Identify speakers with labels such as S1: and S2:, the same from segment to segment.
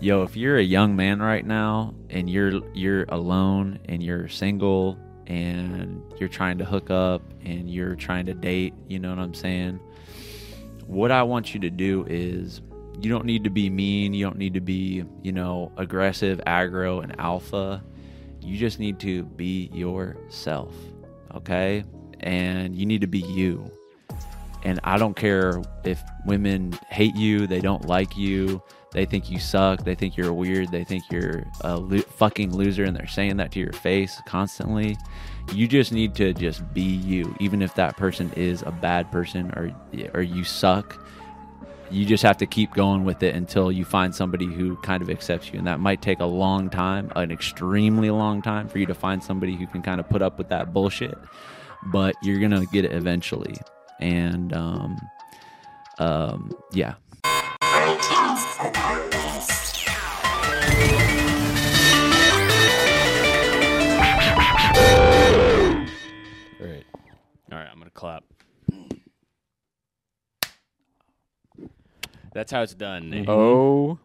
S1: yo, if you're a young man right now and you're you're alone and you're single and you're trying to hook up and you're trying to date, you know what I'm saying? What I want you to do is you don't need to be mean, you don't need to be, you know, aggressive, aggro and alpha. You just need to be yourself, okay? And you need to be you. And I don't care if women hate you, they don't like you, they think you suck, they think you're weird, they think you're a lo- fucking loser, and they're saying that to your face constantly. You just need to just be you, even if that person is a bad person or or you suck. You just have to keep going with it until you find somebody who kind of accepts you. And that might take a long time, an extremely long time for you to find somebody who can kind of put up with that bullshit. But you're going to get it eventually and um, um, yeah.
S2: All right. All right, I'm going to clap. That's how it's done. Nate.
S3: Oh,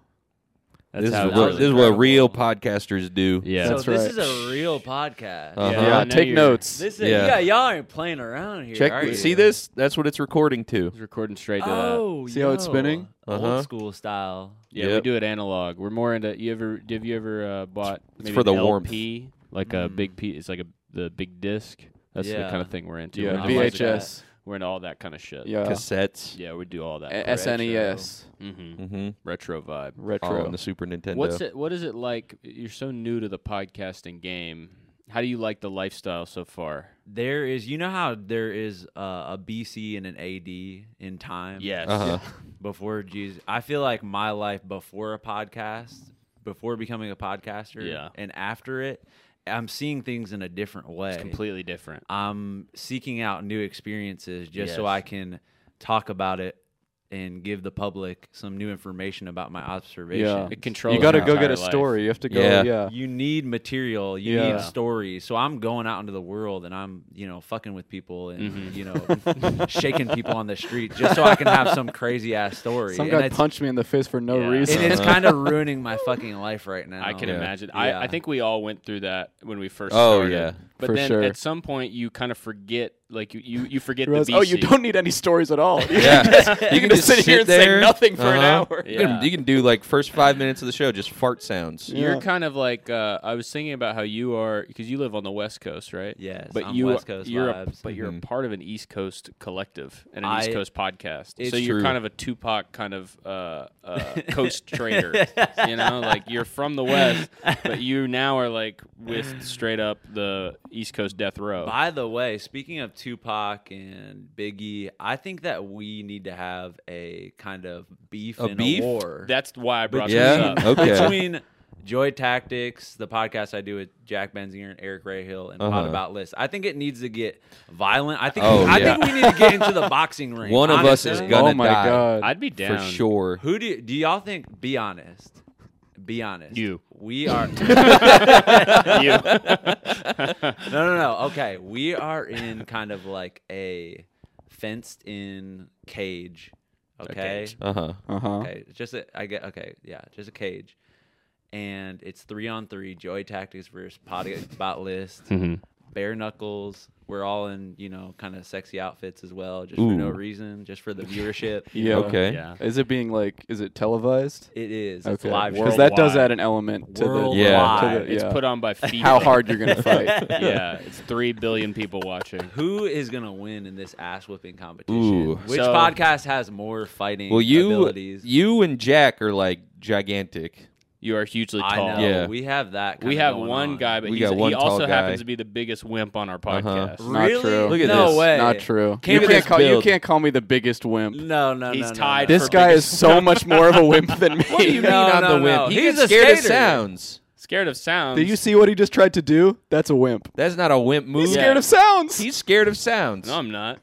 S2: That's
S4: this,
S2: how
S4: is
S2: it's
S4: what,
S2: done.
S4: this is what real podcasters do.
S2: Yeah.
S1: so
S3: That's
S1: this
S3: right.
S1: is a real podcast.
S4: Uh-huh.
S2: Yeah,
S3: yeah.
S2: I know
S3: take
S2: you're-
S3: notes.
S1: This is yeah.
S4: Yeah.
S1: Y'all aren't playing around here.
S4: Check.
S1: are you?
S4: see this? That's what it's recording to.
S2: It's recording straight to that.
S1: Oh,
S3: See how it's
S1: yo.
S3: spinning?
S4: Uh-huh.
S1: Old school style.
S2: Yeah, we
S4: Yep.
S2: do it analog. We're more into. You ever? Have you ever uh, bought? Maybe
S4: for the
S2: an
S4: warmth.
S2: LP, like a big P. It's like a the big disc. That's the
S1: Yeah.
S2: kind of thing we're into.
S3: Mm. Yeah,
S2: We're into all that-
S3: VHS.
S2: We're into all that kind of shit.
S3: Yeah,
S4: Cassettes.
S2: Yeah, we do all that.
S3: A- SNES
S2: Mm-hmm.
S4: Mm-hmm.
S2: Retro vibe.
S3: retro.
S4: On the Super Nintendo.
S2: What's it? What is it like? You're so new to the podcasting game. How do you like the lifestyle so far?
S1: There is, you know how there is uh, a BC and an AD in time.
S2: Yes.
S4: Uh-huh.
S1: Before Jesus, I feel like my life before a podcast, before becoming a podcaster,
S2: Yeah.
S1: and after it, I'm seeing things in a different way.
S2: It's completely different.
S1: I'm seeking out new experiences just so
S2: Yes.
S1: I can talk about it and give the public some new information about my observation.
S2: It controls.
S3: Uh-huh. You got to
S2: your
S3: go get
S2: entire
S3: a
S2: life.
S3: story. You have to go.
S4: Yeah.
S3: Yeah.
S1: You need material, you
S3: Yeah.
S1: need stories. So I'm going out into the world and I'm, you know, fucking with people and
S3: Mm-hmm.
S1: you know, shaking people on the street just so I can have some crazy ass story.
S3: Some
S1: and
S3: guy
S1: it's,
S3: punched me in the face for no
S2: Yeah.
S3: reason.
S1: and it's kind of ruining my fucking life right now.
S2: I
S3: Oh,
S2: can
S4: Yeah.
S2: imagine. I, I
S1: Yeah.
S2: think we all went through that when we first
S4: Oh,
S2: started.
S4: yeah.
S2: But
S3: For
S2: then
S3: sure.
S2: at some point you kind of forget like you, you, you forget
S3: You realize,
S2: the BC.
S3: oh, you don't need any stories at all. You
S4: Yeah.
S3: can just, you can just sit here and say
S4: there.
S3: nothing for an
S4: Uh-huh.
S3: hour.
S4: You, can,
S2: Yeah.
S4: you can do like first five minutes of the show, just fart sounds.
S3: Yeah.
S2: You're kind of like uh, I was thinking about how you are because you live on the West Coast, right?
S1: Yes,
S2: but
S1: I'm
S2: you
S1: West Coast
S2: you're a,
S1: vibes. Mm-hmm.
S2: but you're a
S4: Mhm.
S2: part of an East Coast collective and an
S1: I-
S2: East Coast podcast.
S1: it's
S2: So you're
S4: true.
S2: kind of a Tupac kind of uh, uh, coast trader, you know, like you're from the West, but you now are like with straight up the East Coast death row.
S1: By the way, speaking of Tupac and Biggie, I think that we need to have a kind of beef
S4: A
S1: and
S4: beef?
S1: a war.
S2: That's why I brought
S4: Yeah.
S2: this up.
S4: Okay.
S1: Between Joy Tactics, the podcast I do with Jack Benzinger and Eric Rahill, and Pod
S4: Uh-huh.
S1: About List, I think it needs to get violent. I think
S4: Oh,
S1: I
S4: yeah.
S1: think we need to get into the boxing ring.
S4: One of us is
S1: honestly.
S4: gonna
S3: oh my
S4: die.
S3: god.
S2: I'd be
S4: For
S2: down
S4: sure.
S1: Who do you, do y'all think? Be honest. Be honest.
S2: You.
S1: We are.
S2: You.
S1: No, no, no. Okay, we are in kind of like a fenced-in cage. Okay.
S2: cage.
S4: Uh huh.
S3: uh huh.
S1: Okay. it's Just a, I get. Okay. Yeah. Just a cage, and it's three on three. Joy Tactics versus Potty Bot List. Bare knuckles. We're all in, you know, kind of sexy outfits as well, just for no
S4: Ooh.
S1: reason, just for the viewership.
S3: Yeah.
S4: Okay.
S2: Yeah.
S3: Is it being like? Is it televised?
S1: It is. It's
S3: Okay.
S1: live.
S3: Because that does
S2: Worldwide.
S3: add an element to the
S1: Worldwide.
S4: Yeah.
S3: to the-
S2: It's
S3: yeah.
S2: put on by FIFA.
S3: how hard you're gonna fight.
S2: yeah, it's three billion people watching.
S1: Who is gonna win in this ass whipping competition?
S4: Ooh.
S1: Which
S2: So-
S1: podcast has more fighting
S4: Well, you
S1: abilities?
S4: you and Jack are like gigantic.
S2: You are hugely
S1: I
S2: tall.
S1: know.
S4: Yeah.
S1: We have that.
S2: We
S1: kinda
S2: have
S1: going
S2: one
S1: on.
S2: guy, but
S4: We
S2: he's,
S4: got one
S2: he also
S4: tall
S2: happens
S4: guy.
S2: to be the biggest wimp on our
S4: Uh-huh.
S2: podcast.
S3: Not
S1: Really?
S3: true. Look
S4: at
S1: no
S4: this.
S1: way.
S3: Not true.
S1: Can't
S3: you
S1: be
S3: can't
S1: the
S3: call you
S4: build.
S3: can't call me the biggest wimp.
S1: No, no, no.
S2: He's
S1: no, no,
S2: tied
S1: no.
S3: This
S2: for
S3: guy is
S2: biggest
S3: so much more of a wimp than me.
S4: What do you mean
S1: No,
S4: on
S1: no,
S4: the whim?
S1: no.
S4: He
S1: He's
S4: gets
S1: a
S4: scared of
S1: skater.
S4: sounds.
S2: Scared of sounds.
S3: Did you see what he just tried to do? That's a wimp.
S4: That's not a wimp move.
S3: He's scared of sounds.
S4: He's scared of sounds.
S2: No, I'm not.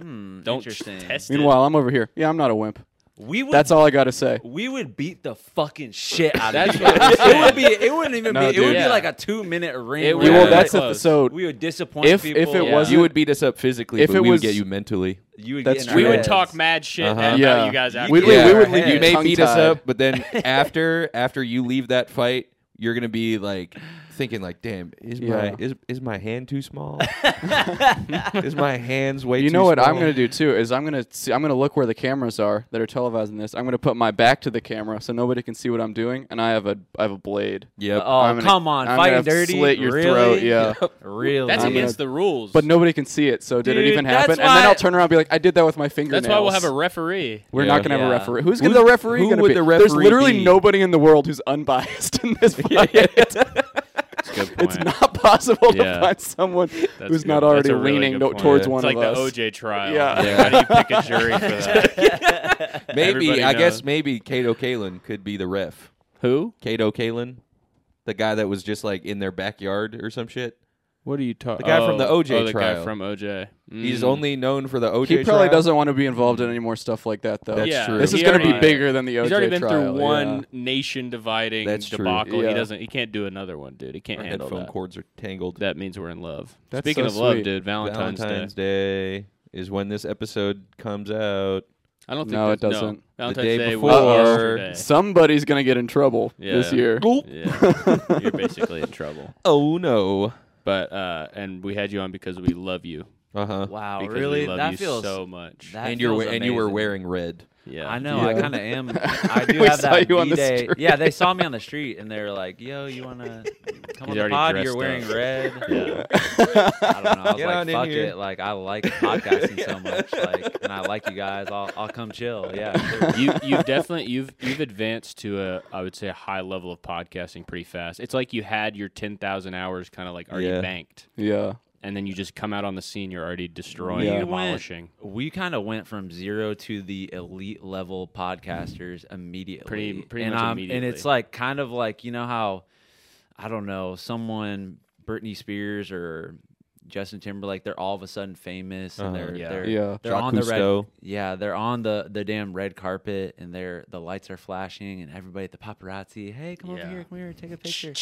S1: Hmm,
S2: Don't
S1: interesting.
S2: test it.
S3: Meanwhile, I'm over here. Yeah, I'm not a wimp.
S1: we would
S3: That's all I gotta say.
S1: we would beat the fucking shit out
S2: That's
S1: of you.
S2: what I'm
S1: it
S2: saying.
S1: would be. It wouldn't even
S3: No,
S1: be. It would
S3: dude.
S1: be
S2: Yeah.
S1: like a two minute ring.
S2: It
S1: where
S2: would.
S1: we're
S3: well,
S2: Yeah,
S3: that's
S1: like,
S3: the,
S2: close.
S3: so.
S1: we would disappoint
S3: If
S1: people.
S3: if it
S2: Yeah.
S3: wasn't,
S4: You would beat us up physically,
S3: If
S4: but
S3: it
S4: we
S3: was-
S4: would get you mentally.
S1: you would get
S3: that's
S1: in our
S2: We
S3: true.
S2: would
S1: heads.
S2: talk mad shit
S4: Uh-huh.
S2: and
S3: Yeah.
S2: how you guys act.
S3: We-
S2: together.
S3: we would leave
S4: you
S3: you
S4: may beat us
S3: tongue-tied.
S4: up, but then after after you leave that fight, you're gonna be like thinking like, "Damn, is
S3: Yeah.
S4: my is, is my hand too small? is my hands way?"
S3: You
S4: too
S3: know what I'm
S4: small?
S3: gonna do too is I'm gonna see, I'm gonna look where the cameras are that are televising this. I'm gonna put my back to the camera so nobody can see what I'm doing, and I have a I have a blade.
S4: Yep.
S1: Oh
S3: I'm gonna-
S1: come on,
S3: I'm
S1: fighting
S3: gonna
S1: dirty.
S3: slit your
S1: really?
S3: throat, yeah.
S1: really.
S2: That's
S3: I'm
S2: against the rules.
S3: But nobody can see it, so did
S1: Dude,
S3: it even happen?
S1: that's
S3: And then
S1: why-
S3: I'll turn around and be like, I did that with my fingernails.
S2: that's why we'll have a referee.
S3: We're
S4: Yeah.
S3: not gonna have a
S1: Yeah.
S3: referee. Who's
S4: Who-
S3: gonna the referee?
S4: who
S3: gonna
S4: would
S3: be?
S4: the
S3: There's
S4: referee
S3: literally
S4: be?
S3: nobody in the world who's unbiased in this fight.
S2: That's a good point.
S3: It's not possible
S2: Yeah.
S3: to find someone who's
S2: good.
S3: not
S2: That's
S3: already
S2: a really
S3: leaning
S2: good
S3: no-
S2: point.
S3: towards
S4: Yeah.
S3: one
S2: It's like
S3: of
S2: the
S3: us.
S2: OJ trial.
S3: Yeah.
S2: How do you pick a jury for that?
S4: maybe
S2: everybody
S4: I guess
S2: knows.
S4: maybe Kato Kalin could be the ref.
S2: Who?
S4: Kato Kalin, the guy that was just like in their backyard or some shit.
S2: What are you talking?
S4: The guy from the OJ
S2: oh, the guy
S4: trial.
S2: from OJ. Mm.
S4: He's only known for the OJ.
S3: He probably
S4: trial.
S3: doesn't want to be involved in any more stuff like that, though.
S4: That's
S2: yeah,
S4: true.
S3: This
S2: he
S3: is going to be
S2: already-
S3: bigger than the OJ
S2: He's already been
S3: trial,
S2: through
S3: yeah.
S2: one nation dividing
S4: That's true.
S2: debacle.
S3: Yeah.
S2: He doesn't. He can't do another one, dude. He can't
S4: Our
S2: handle
S4: headphone
S2: that.
S4: cords are tangled.
S2: That means we're in love.
S3: That's
S2: Speaking
S3: so
S2: of love,
S3: sweet.
S2: dude, Valentine's,
S4: Valentine's
S2: Day.
S4: Day is when this episode comes out.
S2: I don't think
S3: No, it
S2: that's-
S3: doesn't.
S2: Valentine's
S4: day
S2: Day
S4: before.
S2: was yesterday.
S3: Somebody's going to get in trouble
S2: Yeah.
S3: this year.
S2: Yeah. You're basically in trouble.
S4: Oh no.
S2: But uh, and we had you on because we love you.
S4: Uh huh.
S1: Wow,
S2: Because
S1: Oh, really?
S2: we love
S1: that
S2: you
S1: feels
S2: so much.
S1: That
S4: And you're
S1: feels
S4: we- and you were
S1: amazing.
S4: wearing red.
S2: yeah,
S1: I know. I
S3: Yeah.
S1: kind of am. I do
S3: We
S1: have
S3: saw
S1: that
S3: you on the
S1: V-Day.
S3: street.
S1: Yeah, they saw me on the street and they were like, "Yo, you wanna come
S2: He's
S1: on the
S2: already
S1: pod?
S2: dressed
S1: You're wearing
S2: up.
S1: red."
S2: Yeah.
S1: I don't know. I was
S4: Get
S1: like,
S4: on in
S1: "Fuck
S4: here."
S1: it!" Like, I like podcasting so much, like, and I like you guys. I'll I'll come chill. Yeah. sure.
S2: you you definitely you've you've advanced to a I would say a high level of podcasting pretty fast. It's like you had your ten thousand hours kind of like already
S4: Yeah.
S2: banked,
S3: Yeah.
S2: and then you just come out on the scene. You're already destroying,
S3: Yeah.
S2: and
S1: We went-
S2: demolishing.
S1: we kind of went from zero to the elite level podcasters immediately.
S2: Pretty- pretty
S1: and
S2: much
S1: I'm-
S2: immediately.
S1: And it's like kind of like you know how I don't know someone Britney Spears or Justin Timberlake they're all of a sudden famous and
S4: Uh-huh.
S1: they're
S2: Yeah.
S1: they're
S3: Yeah.
S1: they're
S4: Jacques
S1: on the red
S4: Cousteau.
S1: yeah they're on the the damn red carpet and they're the lights are flashing and everybody at the paparazzi hey come over
S2: Yeah.
S1: here come here take a picture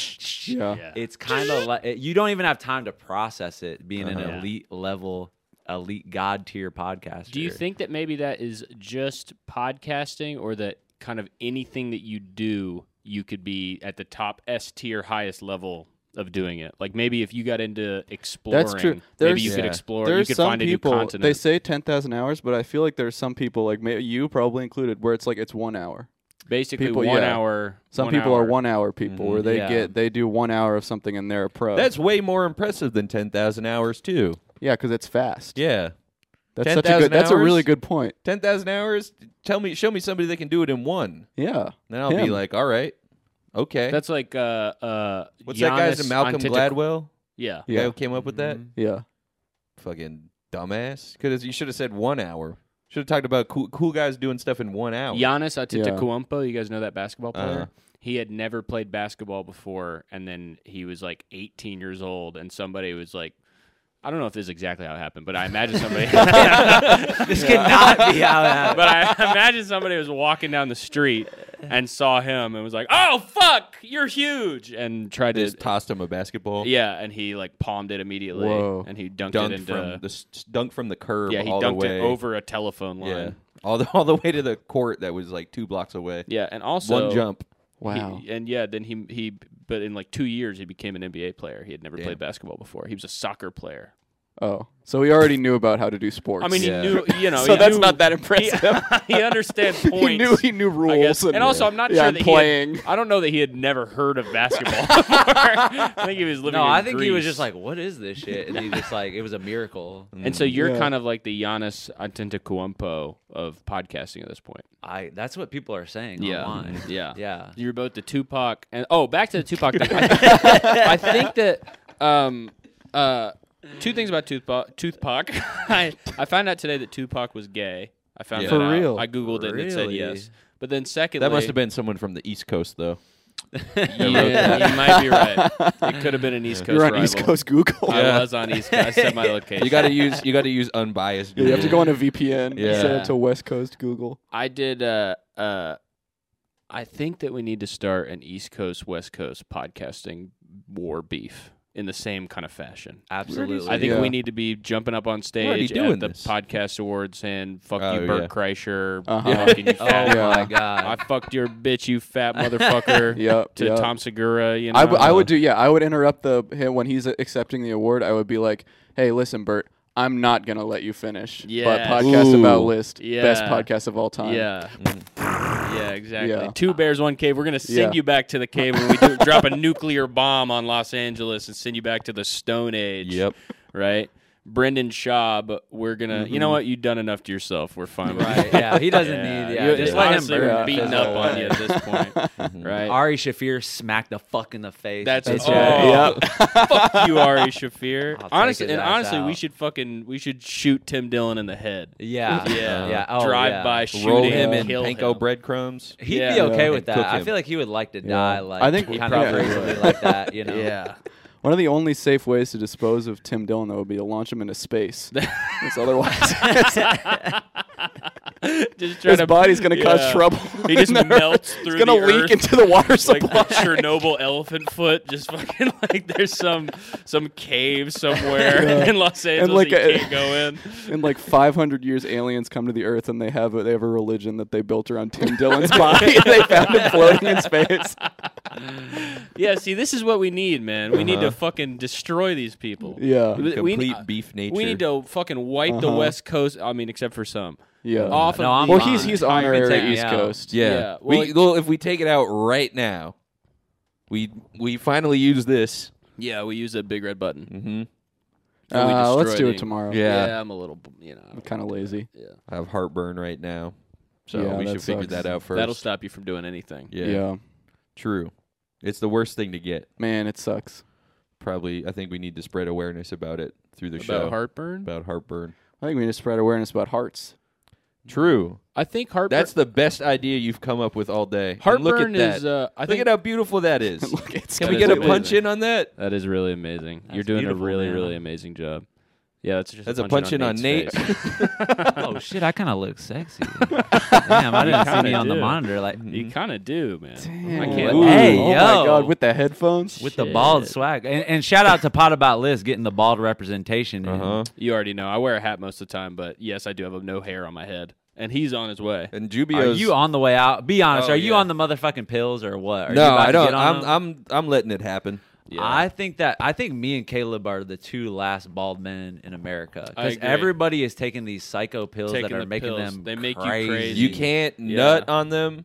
S3: Yeah.
S2: Yeah.
S1: it's kind of like you don't even have time to process it being an
S2: Uh-huh.
S1: elite level elite god tier podcaster
S2: Do you think that maybe that is just podcasting, or that kind of anything that you do, you could be at the top S tier, highest level of doing it? Like maybe if you got into exploring, maybe
S3: There's-
S2: you could
S4: Yeah.
S2: explore, you
S3: There's
S2: could
S3: some
S2: find a new
S3: people,
S2: continent.
S3: they say 10,000 hours, but I feel like there's some people, like may, you probably included, where it's like it's one hour.
S2: Basically,
S3: people-
S2: one
S3: yeah.
S2: hour.
S3: Some
S2: one
S3: people
S2: hour. Mm-hmm.
S3: are one hour people where they
S1: yeah.
S3: get, they do one hour of something and they're a pro.
S4: That's way more impressive than ten thousand hours too.
S3: yeah, because it's fast.
S4: Yeah.
S3: That's such a
S4: 10,000
S3: good, that's a really
S4: hours?
S3: good point.
S4: Ten thousand hours. Tell me, show me somebody that can do it in one.
S3: Yeah.
S4: Then I'll be
S3: Him.
S4: like, all right, okay.
S2: That's like uh uh.
S4: What's that guy's
S2: Giannis
S4: name? Malcolm
S2: Antetokounmpo.
S4: Gladwell?
S2: Yeah.
S4: The Guy
S3: Yeah. Mm-hmm.
S4: who came up with that?
S3: Yeah.
S4: Fucking dumbass. Could you should have said one hour. Should have talked about cool, cool guys doing stuff in one hour.
S2: Giannis Antetokounmpo, you guys know that basketball player.
S4: Uh-huh.
S2: He had never played basketball before, and then he was like 18 years old, and somebody was like, I don't know if this is exactly how it happened, but I imagine somebody,
S1: this cannot be how that
S2: but I imagine somebody was walking down the street and saw him and was like, "Oh fuck, you're huge," and tried to,
S4: Just tossed him a basketball.
S2: yeah, and he like palmed it immediately,
S3: Whoa.
S2: and he dunked, it
S4: Dunked
S2: into,
S4: from the s- dunk from the curb.
S2: yeah, he
S4: all
S2: dunked
S4: the way.
S2: it over a telephone line,
S4: Yeah, all the all the way to the court that was like two blocks away.
S2: Yeah, and also
S4: one jump.
S2: He-
S3: Wow.
S2: and yeah, then he he but in like two years he became an NBA player. He had never
S4: Damn.
S2: played basketball before. He was a soccer player.
S3: Oh. So he already knew about how to do sports.
S2: I mean,
S4: Yeah.
S2: he knew you know.
S3: so
S2: he
S3: that's
S2: knew-
S3: not that impressive.
S2: He, he understands points.
S3: he knew he knew rules
S2: I guess. And, also, I'm not
S3: yeah,
S2: sure
S3: and
S2: that
S3: playing.
S2: He had, I don't know that he had never heard of basketball. before. I think he was living.
S1: no
S2: in
S1: i think he was
S2: Greece.
S1: just like what is this shit and he just like it was a miracle
S2: And so you're
S3: Yeah.
S2: kind of like the Giannis Antetokounmpo of podcasting at this point.
S1: i that's what people are saying online
S2: yeah,
S1: Oh yeah
S2: You're both the Tupac and oh, back to the Tupac. thing. I, I think that um uh two things about Tupac. Tupac. I I found out today that Tupac was gay. I found
S4: Yeah.
S2: that
S3: For
S2: out.
S3: real?
S2: I googled it and it said
S1: Really?
S2: yes. But then secondly,
S4: That must have been someone from the East Coast, though.
S2: yeah, you might be right. It could have been an East Coast
S3: You're on
S2: rival.
S3: East Coast Google.
S2: I
S4: Yeah.
S2: was on East Coast. I set my location.
S4: You got to use you got to use unbiased.
S3: Yeah, you have to go
S4: Google.
S3: on a VPN.
S4: Yeah.
S3: Send it to West Coast Google.
S2: I did. Uh, uh, I think that we need to start an East Coast West Coast podcasting war beef in the same kind of fashion.
S1: Absolutely.
S2: I think
S3: Yeah.
S2: we need to be jumping up on
S4: already
S2: stage
S4: doing
S2: at the
S4: this.
S2: podcast awards and fuck
S4: Oh,
S2: you, Bert
S4: yeah.
S2: Kreischer.
S3: Uh-huh.
S2: Fucking you
S1: Oh
S2: fat-
S3: Yeah.
S1: my god.
S2: I fucked your bitch, you fat motherfucker.
S3: Yep.
S2: To
S3: yep.
S2: Tom Segura, you know.
S3: I, w- I would do yeah I would interrupt the him when he's accepting the award I would be like hey listen Bert I'm not gonna let you finish
S2: Yes.
S3: but podcast
S4: Ooh.
S3: about list best
S2: Yeah.
S3: podcast of all time
S2: Yeah. Yeah, exactly.
S3: Yeah.
S2: Two bears, one cave. We're gonna send
S3: Yeah.
S2: you back to the cave when we do, drop a nuclear bomb on Los Angeles and send you back to the Stone Age.
S4: Yep.
S2: Right. Brendan Schaub, we're gonna. You
S3: Mm-hmm.
S2: know what? You've done enough to yourself. We're fine. with
S1: Right.
S2: you.
S1: Yeah. He doesn't need. Yeah.
S2: You-
S1: just
S2: it's
S1: let him
S2: honestly,
S1: burn
S2: we're
S1: up.
S2: beating
S1: There's
S2: up
S1: no
S2: on
S1: way.
S2: you at this point. right.
S1: Ari Shafir smacked the fuck in the face.
S2: That's,
S3: That's
S2: oh,
S3: right.
S2: fuck you, Ari Shafir.
S1: I'll take
S2: honestly,
S1: his
S2: and
S1: ass
S2: honestly, we
S1: out.
S2: should fucking we should shoot Tim Dillon in the head.
S1: yeah.
S2: Yeah,
S1: Yeah. Oh,
S2: drive
S1: yeah.
S2: by, shoot
S4: roll
S2: him,
S4: him
S2: and
S4: in
S2: kill
S4: panko
S2: him.
S4: breadcrumbs.
S1: He'd be
S2: Yeah.
S1: okay
S4: Yeah.
S1: with that.
S4: Cook
S1: I
S4: him.
S1: feel like he would like to
S3: Yeah.
S1: die. Like
S3: I think he
S1: kind of
S3: probably
S1: crazily
S3: would.
S1: like that. You know.
S3: one of the only safe ways to dispose of Tim Dillon though would be to launch him into space It's otherwise
S2: Just try
S3: his
S2: to-
S3: body's gonna
S2: yeah.
S3: cause trouble
S2: He just
S3: Never-
S2: melts through
S3: it's gonna
S2: the
S3: leak
S2: earth.
S3: into the
S2: like
S3: water
S2: the
S3: supply
S2: Chernobyl elephant foot, just fucking like there's some some cave somewhere in Los Angeles
S3: like
S2: that you
S3: a-
S2: can't go in.
S3: in like 500 years aliens come to the earth and they have a, they have a religion that they built around Tim Dillon's body and they found him floating in space
S2: Yeah, see, this is what we need, man. We need to
S4: Uh-huh.
S2: fucking destroy these people.
S3: Yeah.
S2: we,
S4: Complete
S2: we need, uh,
S4: beef nature.
S2: we need to fucking wipe the
S3: Uh-huh.
S2: West Coast. I mean, except for some.
S3: yeah
S4: Uh,
S2: Off
S1: No,
S2: of
S1: I'm
S2: the
S3: well he's
S1: fine.
S3: he's
S2: entire-
S1: take
S3: honorary
S1: me
S3: East
S1: out.
S3: Coast
S4: Yeah.
S2: Yeah,
S4: we,
S2: well, like-
S4: well, if we take it out right now, we we finally use this.
S2: Yeah, we use a big red button.
S4: Mm-hmm.
S2: And we
S3: Uh, let's
S2: destroy
S3: do
S2: the-
S3: it tomorrow.
S4: Yeah.
S2: I'm a little, you know,
S3: I'm kind of lazy.
S4: I have heartburn right now, so
S3: Yeah,
S4: we
S3: that
S4: should figure
S3: sucks.
S4: that out 1st
S2: that'll stop you from doing anything.
S4: yeah,
S3: Yeah.
S4: true. It's the worst thing to get.
S3: Man, it sucks.
S4: Probably, I think we need to spread awareness about it through the
S2: About
S4: show
S2: heartburn,
S4: about heartburn.
S3: I think we need to spread awareness about hearts.
S4: True.
S2: I think heartburn.
S4: That's the best idea you've come up with all day. And
S2: heartburn
S4: look at that.
S2: is. Uh, I
S4: look
S2: think
S4: at how beautiful that is.
S3: Look, it's
S4: Can
S2: That
S4: we
S2: is
S4: get a
S2: amazing.
S4: punch in on that?
S2: That is really amazing. You're
S1: That's
S2: doing a
S1: beautiful,
S2: really,
S1: man.
S2: really amazing job. Yeah, that's just
S4: That's a
S2: punch-in
S4: punch-in on
S2: Nate's
S4: Nate.
S2: face.
S1: oh shit! I kind of look sexy. Damn, I didn't see
S2: kinda
S1: me on the
S2: do.
S1: monitor. Like
S2: you kind of do, man.
S3: Damn.
S2: I can't.
S1: Ooh. Hey,
S3: oh
S1: yo.
S3: my god, with the headphones.
S1: with the bald
S2: Shit.
S1: swag. And, and shout out to Pot About Liz getting the bald representation. in.
S4: Uh huh.
S2: You already know. I wear a hat most of the time, but yes, I do have a no hair on my head, and he's on his way.
S4: And
S1: Are
S4: Jubio's.
S1: you on the way out? Be honest.
S4: Oh,
S1: are you
S4: yeah.
S1: on the motherfucking pills or what? Are you
S4: no,
S1: about
S4: I
S1: to
S4: don't.
S1: get on
S4: I'm,
S1: them?
S4: I'm I'm letting it happen.
S2: Yeah.
S1: I think that I think me and Caleb are the two last bald men in America
S2: I
S1: because
S2: agree.
S1: everybody is taking these psycho pills that
S2: Taking
S1: are
S2: the
S1: making
S2: pills.
S1: them.
S2: They make you
S1: crazy.
S2: crazy.
S4: You can't
S2: Yeah.
S4: nut on them,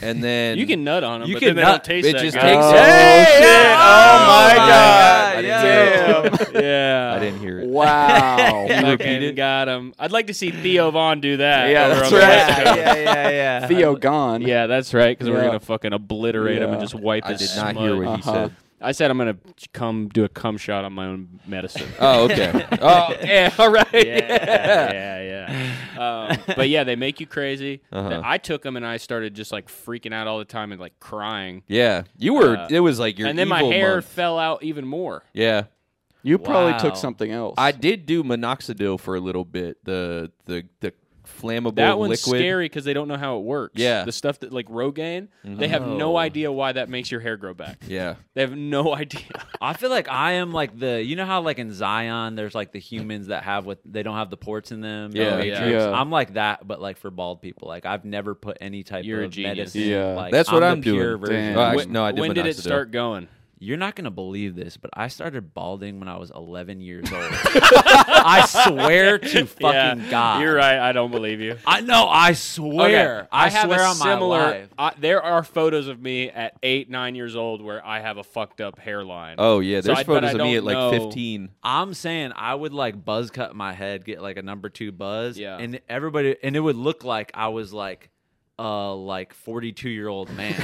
S4: and then
S2: You can nut on him,
S1: You
S2: but
S1: can
S2: then
S1: nut.
S2: they don't taste
S4: It
S2: that
S4: just
S2: good.
S4: takes.
S3: Oh,
S4: Hey,
S3: shit.
S4: yeah.
S3: Oh, my
S1: God.
S4: I didn't
S3: Yeah.
S4: hear it.
S2: Oh. yeah,
S4: I didn't hear it.
S3: Wow.
S4: Can you
S2: Fucking
S4: repeat it?
S2: Got him. I'd like to see Theo Vaughn do that.
S3: Yeah,
S2: over
S3: that's
S2: on the
S3: right.
S2: West
S1: Yeah,
S2: Coast.
S1: yeah, yeah, yeah.
S3: Theo gone.
S2: Yeah, that's right. Because we're
S3: Yeah.
S2: gonna fucking obliterate him and
S3: Yeah.
S2: just wipe
S4: I
S2: his.
S4: did not
S2: smut.
S4: hear what he
S3: Uh-huh.
S4: said.
S2: I said I'm gonna come do a cum shot on my own medicine.
S4: Oh, okay. Oh, yeah. All right.
S2: yeah, yeah, yeah. Um, but yeah, they make you crazy.
S4: Uh-huh.
S2: I took them and I started just like freaking out all the time and like crying.
S4: Yeah. You were.
S2: Uh,
S4: it was like your.
S2: and then my
S4: evil
S2: hair
S4: month.
S2: fell out even more.
S4: Yeah.
S3: You probably
S1: Wow.
S3: took something else.
S4: I did do minoxidil for a little bit. The the the flammable
S2: That one's
S4: liquid.
S2: scary because they don't know how it works.
S4: Yeah.
S2: the stuff that like Rogaine, they have no
S1: Oh.
S2: idea why that makes your hair grow back.
S4: Yeah.
S2: They have no idea.
S1: I feel like I am like the you know how like in Zion there's like the humans that have what they don't have the ports in them.
S4: Yeah,
S1: no
S2: yeah.
S1: matrix.
S3: Yeah.
S1: I'm like that, but like for bald people. Like I've never put any type
S2: You're a
S1: of
S2: genius.
S1: medicine.
S3: Yeah.
S1: like,
S4: That's what
S1: I'm,
S4: I'm
S1: the pure
S4: doing.
S1: version.
S3: Damn.
S4: Oh, actually,
S2: When-
S4: no, I did
S2: when did it
S4: minoxidil.
S2: start going?
S1: You're not gonna believe this, but I started balding when I was 11 years old. I swear to fucking
S2: Yeah,
S1: God.
S2: You're right. I don't believe you.
S1: I know. I swear.
S2: Okay,
S1: I,
S2: have
S1: swear
S2: a
S1: on
S2: similar.
S1: my life.
S2: I, there are photos of me at eight, nine years old where I have a fucked up hairline.
S4: Oh yeah.
S2: So
S4: There's
S2: I- but I
S4: photos of me
S2: don't
S4: at like
S2: know.
S4: 15.
S1: I'm saying I would like buzz cut my head, get like a number two buzz,
S2: Yeah.
S1: and everybody, and it would look like I was like, uh, like 42 year old man.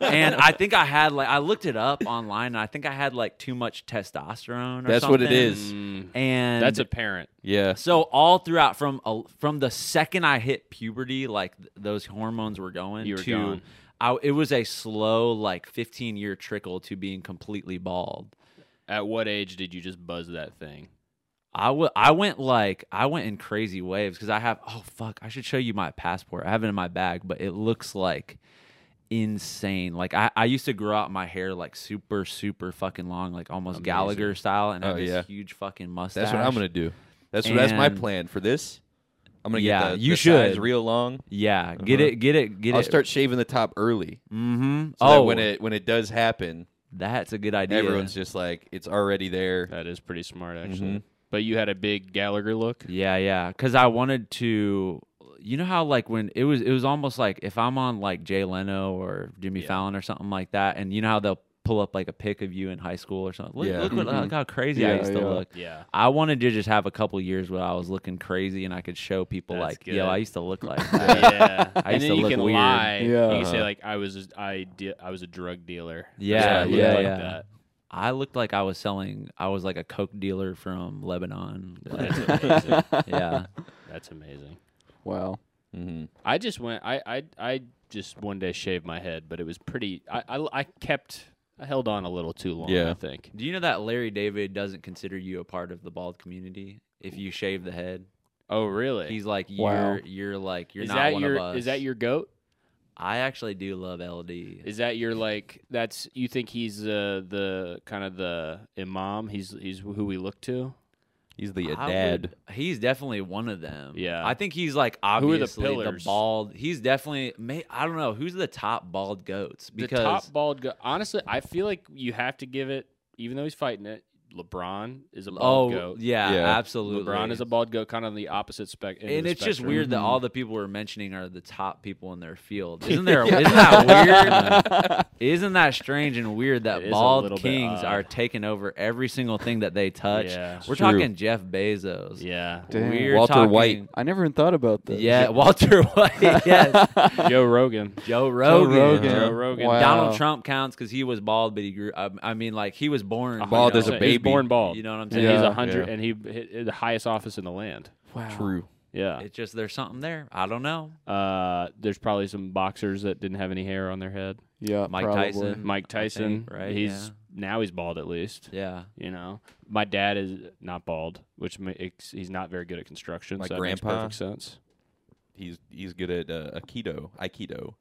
S1: and I think I had like I looked it up online, and I think I had like too much testosterone. Or
S4: That's what it
S1: something.
S4: is.
S2: Mm,
S1: And
S2: that's apparent.
S4: Yeah.
S1: So all throughout from a, from the second I hit puberty, like th- those hormones were going
S2: You were
S1: to
S2: gone.
S1: I, it was a slow like 15 year trickle to being completely bald.
S2: At what age did you just buzz that thing?
S1: I wa- I went like I went in crazy waves because I have oh fuck I should show you my passport I have it in my bag but it looks like insane like I, I used to grow out my hair like super super fucking long like almost
S4: Amazing.
S1: Gallagher style and have
S4: Oh,
S1: this
S4: yeah.
S1: huge fucking mustache
S4: That's what I'm gonna do. That's that's my
S1: And-
S4: plan for this. I'm gonna
S1: Yeah,
S4: get the,
S1: you
S4: the sides
S1: should.
S4: real long.
S1: yeah get it get it get
S4: Uh-huh. I'll
S1: it
S4: start shaving the top early.
S1: mm-hmm
S4: So that
S1: oh
S4: when it when it does happen,
S1: that's a good idea
S4: everyone's just like it's already there.
S2: That is pretty smart, actually. But you had a big Gallagher look.
S1: Yeah, yeah. Cause I wanted to you know how like when it was it was almost like if I'm on like Jay Leno or Jimmy Fallon or something like that, and you know how they'll pull up like a pic of you in high school or something. Look,
S4: Yeah.
S1: look, what, look how crazy I
S3: Yeah,
S1: used to
S3: yeah.
S1: look.
S2: Yeah.
S1: I wanted to just have a couple years where I was looking crazy and I could show people
S2: That's
S1: like, yo,
S2: good.
S1: I used to look like that.
S2: yeah.
S1: I used
S2: and then
S1: to
S2: you
S1: look
S2: can
S1: weird.
S2: lie.
S3: Yeah.
S2: You can say
S4: Uh-huh.
S2: like I was I did I was a drug dealer.
S1: Yeah,
S2: I looked
S3: yeah,
S2: like
S1: yeah.
S2: that.
S1: I looked like I was selling I was like a Coke dealer from Lebanon. Like,
S2: That's amazing.
S1: yeah.
S2: That's amazing.
S3: Wow.
S4: Mm-hmm.
S2: I just went. I, I I just one day shaved my head, but it was pretty. I I, I kept. I held on a little too long.
S4: Yeah.
S2: I think.
S1: Do you know that Larry David doesn't consider you a part of the bald community if you shave the head?
S2: Oh really?
S1: He's like, you're,
S3: Wow.
S1: you're like, you're
S2: is
S1: not
S2: that
S1: one
S2: your
S1: of us.
S2: is that your goat?
S1: I actually do love LD.
S2: Is that your like? That's you think he's uh, the kind of the imam? He's he's who we look to.
S4: He's the uh,
S1: I
S4: dad.
S1: would- he's definitely one of them.
S2: Yeah.
S1: I think he's like
S2: are the
S1: obviously the,
S2: pillars?
S1: bald. He's definitely. May, I don't know who's the top bald goats because
S2: the top bald goat. Honestly, I feel like you have to give it, even though he's fighting it. LeBron is a
S1: oh
S2: bald goat.
S1: yeah,
S4: Yeah.
S1: absolutely.
S2: LeBron is a bald goat, kind of on the opposite spec. end of
S1: and
S2: the
S1: it's just
S2: spectrum.
S1: weird that
S4: Mm-hmm.
S1: all the people we're mentioning are the top people in their field. Isn't there? Isn't that weird? isn't that strange and weird that
S2: It is a little
S1: bald
S2: bit
S1: kings
S2: odd.
S1: are taking over every single thing that they touch?
S2: Yeah. It's
S1: we're
S4: true.
S1: talking Jeff Bezos.
S2: Yeah,
S3: Damn.
S1: We're
S4: Walter
S1: talking-
S4: White.
S3: I never even thought about that.
S1: Yeah, Walter White. Yes,
S2: Joe Rogan.
S1: Oh, Joe Rogan.
S3: Rogan.
S2: Joe Rogan.
S3: Wow.
S1: Donald Trump counts because he was bald, but he grew. I, I mean, like he was born you
S4: Bald
S1: know,
S4: as a
S2: He's
S4: baby.
S2: born bald.
S1: You know what I'm
S2: And
S1: saying?
S2: he's
S3: Yeah.
S2: a hundred,
S4: Yeah.
S2: and he hit the highest office in the land.
S3: Wow.
S4: True.
S2: Yeah.
S1: It's just there's something there. I don't know.
S2: Uh, there's probably some boxers that didn't have any hair on their head.
S3: Yeah.
S1: Mike
S3: probably.
S1: Tyson.
S2: Mike
S1: I
S2: Tyson,
S1: think, right,
S2: He's now he's bald at least.
S1: Yeah.
S2: You know, my dad is not bald, which makes he's not very good at construction.
S4: Like
S2: so that
S4: grandpa?
S2: makes perfect sense.
S4: He's he's good at uh, Aikido. Aikido.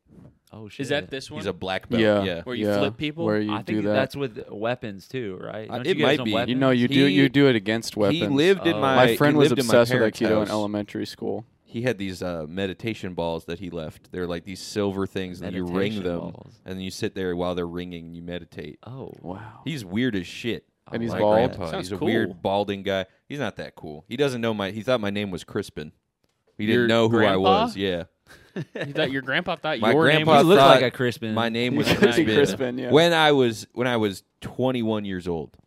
S1: Oh shit.
S2: Is that this one?
S4: He's a black belt.
S3: Yeah.
S4: Yeah.
S2: Where you
S3: Yeah,
S2: flip people?
S3: Where you
S1: I
S3: do
S1: think
S3: that?
S1: that's with weapons too, right?
S4: Uh,
S1: Don't
S4: it
S1: you have
S4: might
S1: some
S4: be. You
S1: Weapons?
S3: you know, you do
S4: He-
S3: you do it against weapons. Uh,
S4: He lived in
S1: Oh.
S4: my.
S3: my friend
S4: he
S3: was
S4: lived in my
S3: obsessed with
S4: parents'
S3: Aikido in
S4: house.
S3: elementary school.
S4: He had these uh, meditation balls that he left. They're like these silver things, and you ring
S1: Meditation
S4: them,
S1: balls.
S4: and you sit there while they're ringing. and You meditate.
S1: Oh,
S3: Wow.
S4: He's weird as shit.
S3: And he's
S4: my
S3: bald?
S4: grandpa.
S2: Sounds
S4: he's a
S2: cool.
S4: weird balding guy. He's not that cool. He doesn't know my. He thought my name was Crispin. He didn't
S2: Your
S4: know who I
S2: grandpa?
S4: was. Yeah,
S2: He thought your grandpa thought
S4: My
S2: your
S4: grandpa
S1: you
S2: name
S1: look
S4: thought
S1: like a Crispin.
S4: my name was
S3: He's
S4: Crispin.
S3: Crispin, yeah.
S4: When I was when I was 21 years old,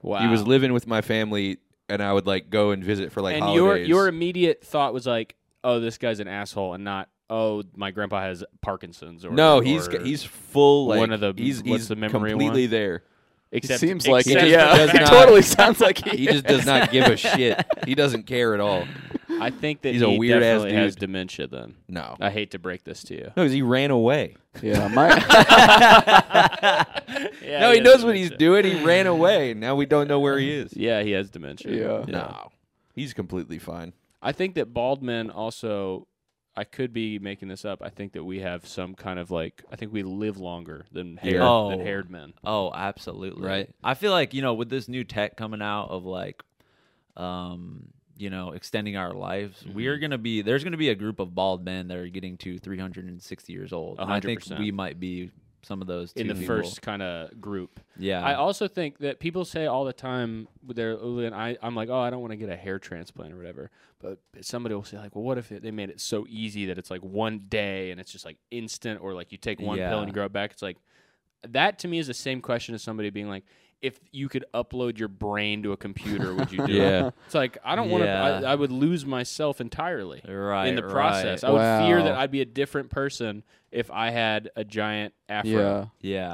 S2: was wow.
S4: he was living with my family, and I would like go and visit for like
S2: and your
S4: holidays.
S2: your immediate thought was like, oh, this guy's an asshole, and not oh, my grandpa has Parkinson's or
S4: no, he's
S2: or-
S4: he's full. Like,
S2: One of the-
S4: he's,
S2: what's
S4: he's
S2: the memory
S4: completely
S2: one?
S4: there.
S3: He
S2: except
S3: seems like
S2: except
S3: it.
S4: he
S3: Yeah.
S4: does
S3: it
S4: not-
S3: totally sounds like he.
S4: He just does not give a shit. He doesn't care at all.
S2: I think that
S4: He's a
S2: he
S4: weird-ass
S2: definitely has
S4: dude.
S2: dementia. Then
S4: No,
S2: I hate to break this to you.
S4: no, 'cause he ran away.
S3: yeah. My,
S2: Yeah,
S4: No, he
S2: has
S4: knows what he's
S2: dementia.
S4: doing. He ran away. Now we don't know where he is.
S2: Yeah, he has dementia.
S3: Yeah.
S4: No, he's completely fine.
S2: I think that bald men also. I could be making this up. I think that we have some kind of like. I think we live longer than hair,
S4: Yeah.
S1: Oh.
S2: than haired men.
S1: Oh, absolutely.
S4: Right.
S1: I feel like, you know, with this new tech coming out of like um, you know, extending our lives, we
S2: Mm-hmm.
S1: are gonna be there's gonna be a group of bald men that are getting to three hundred and sixty years old. And I think
S2: 100%.
S1: we might be some of those
S2: in
S1: two
S2: the
S1: people.
S2: first kind of group.
S1: Yeah.
S2: I also think that people say all the time they're and I I'm like, "Oh, I don't want to get a hair transplant or whatever." But somebody will say like, "Well, what if it, they made it so easy that it's like one day and it's just like instant or like you take one pill and
S1: Yeah.
S2: you grow it back?" It's like that to me is the same question as somebody being like, "If you could upload your brain to a computer, would you do
S4: Yeah.
S2: it?" It's like, I don't want to
S1: Yeah.
S2: I, I would lose myself entirely
S1: right
S2: in the
S1: right.
S2: process. I would fear
S3: Wow.
S2: that I'd be a different person if I had a giant afro.
S3: yeah.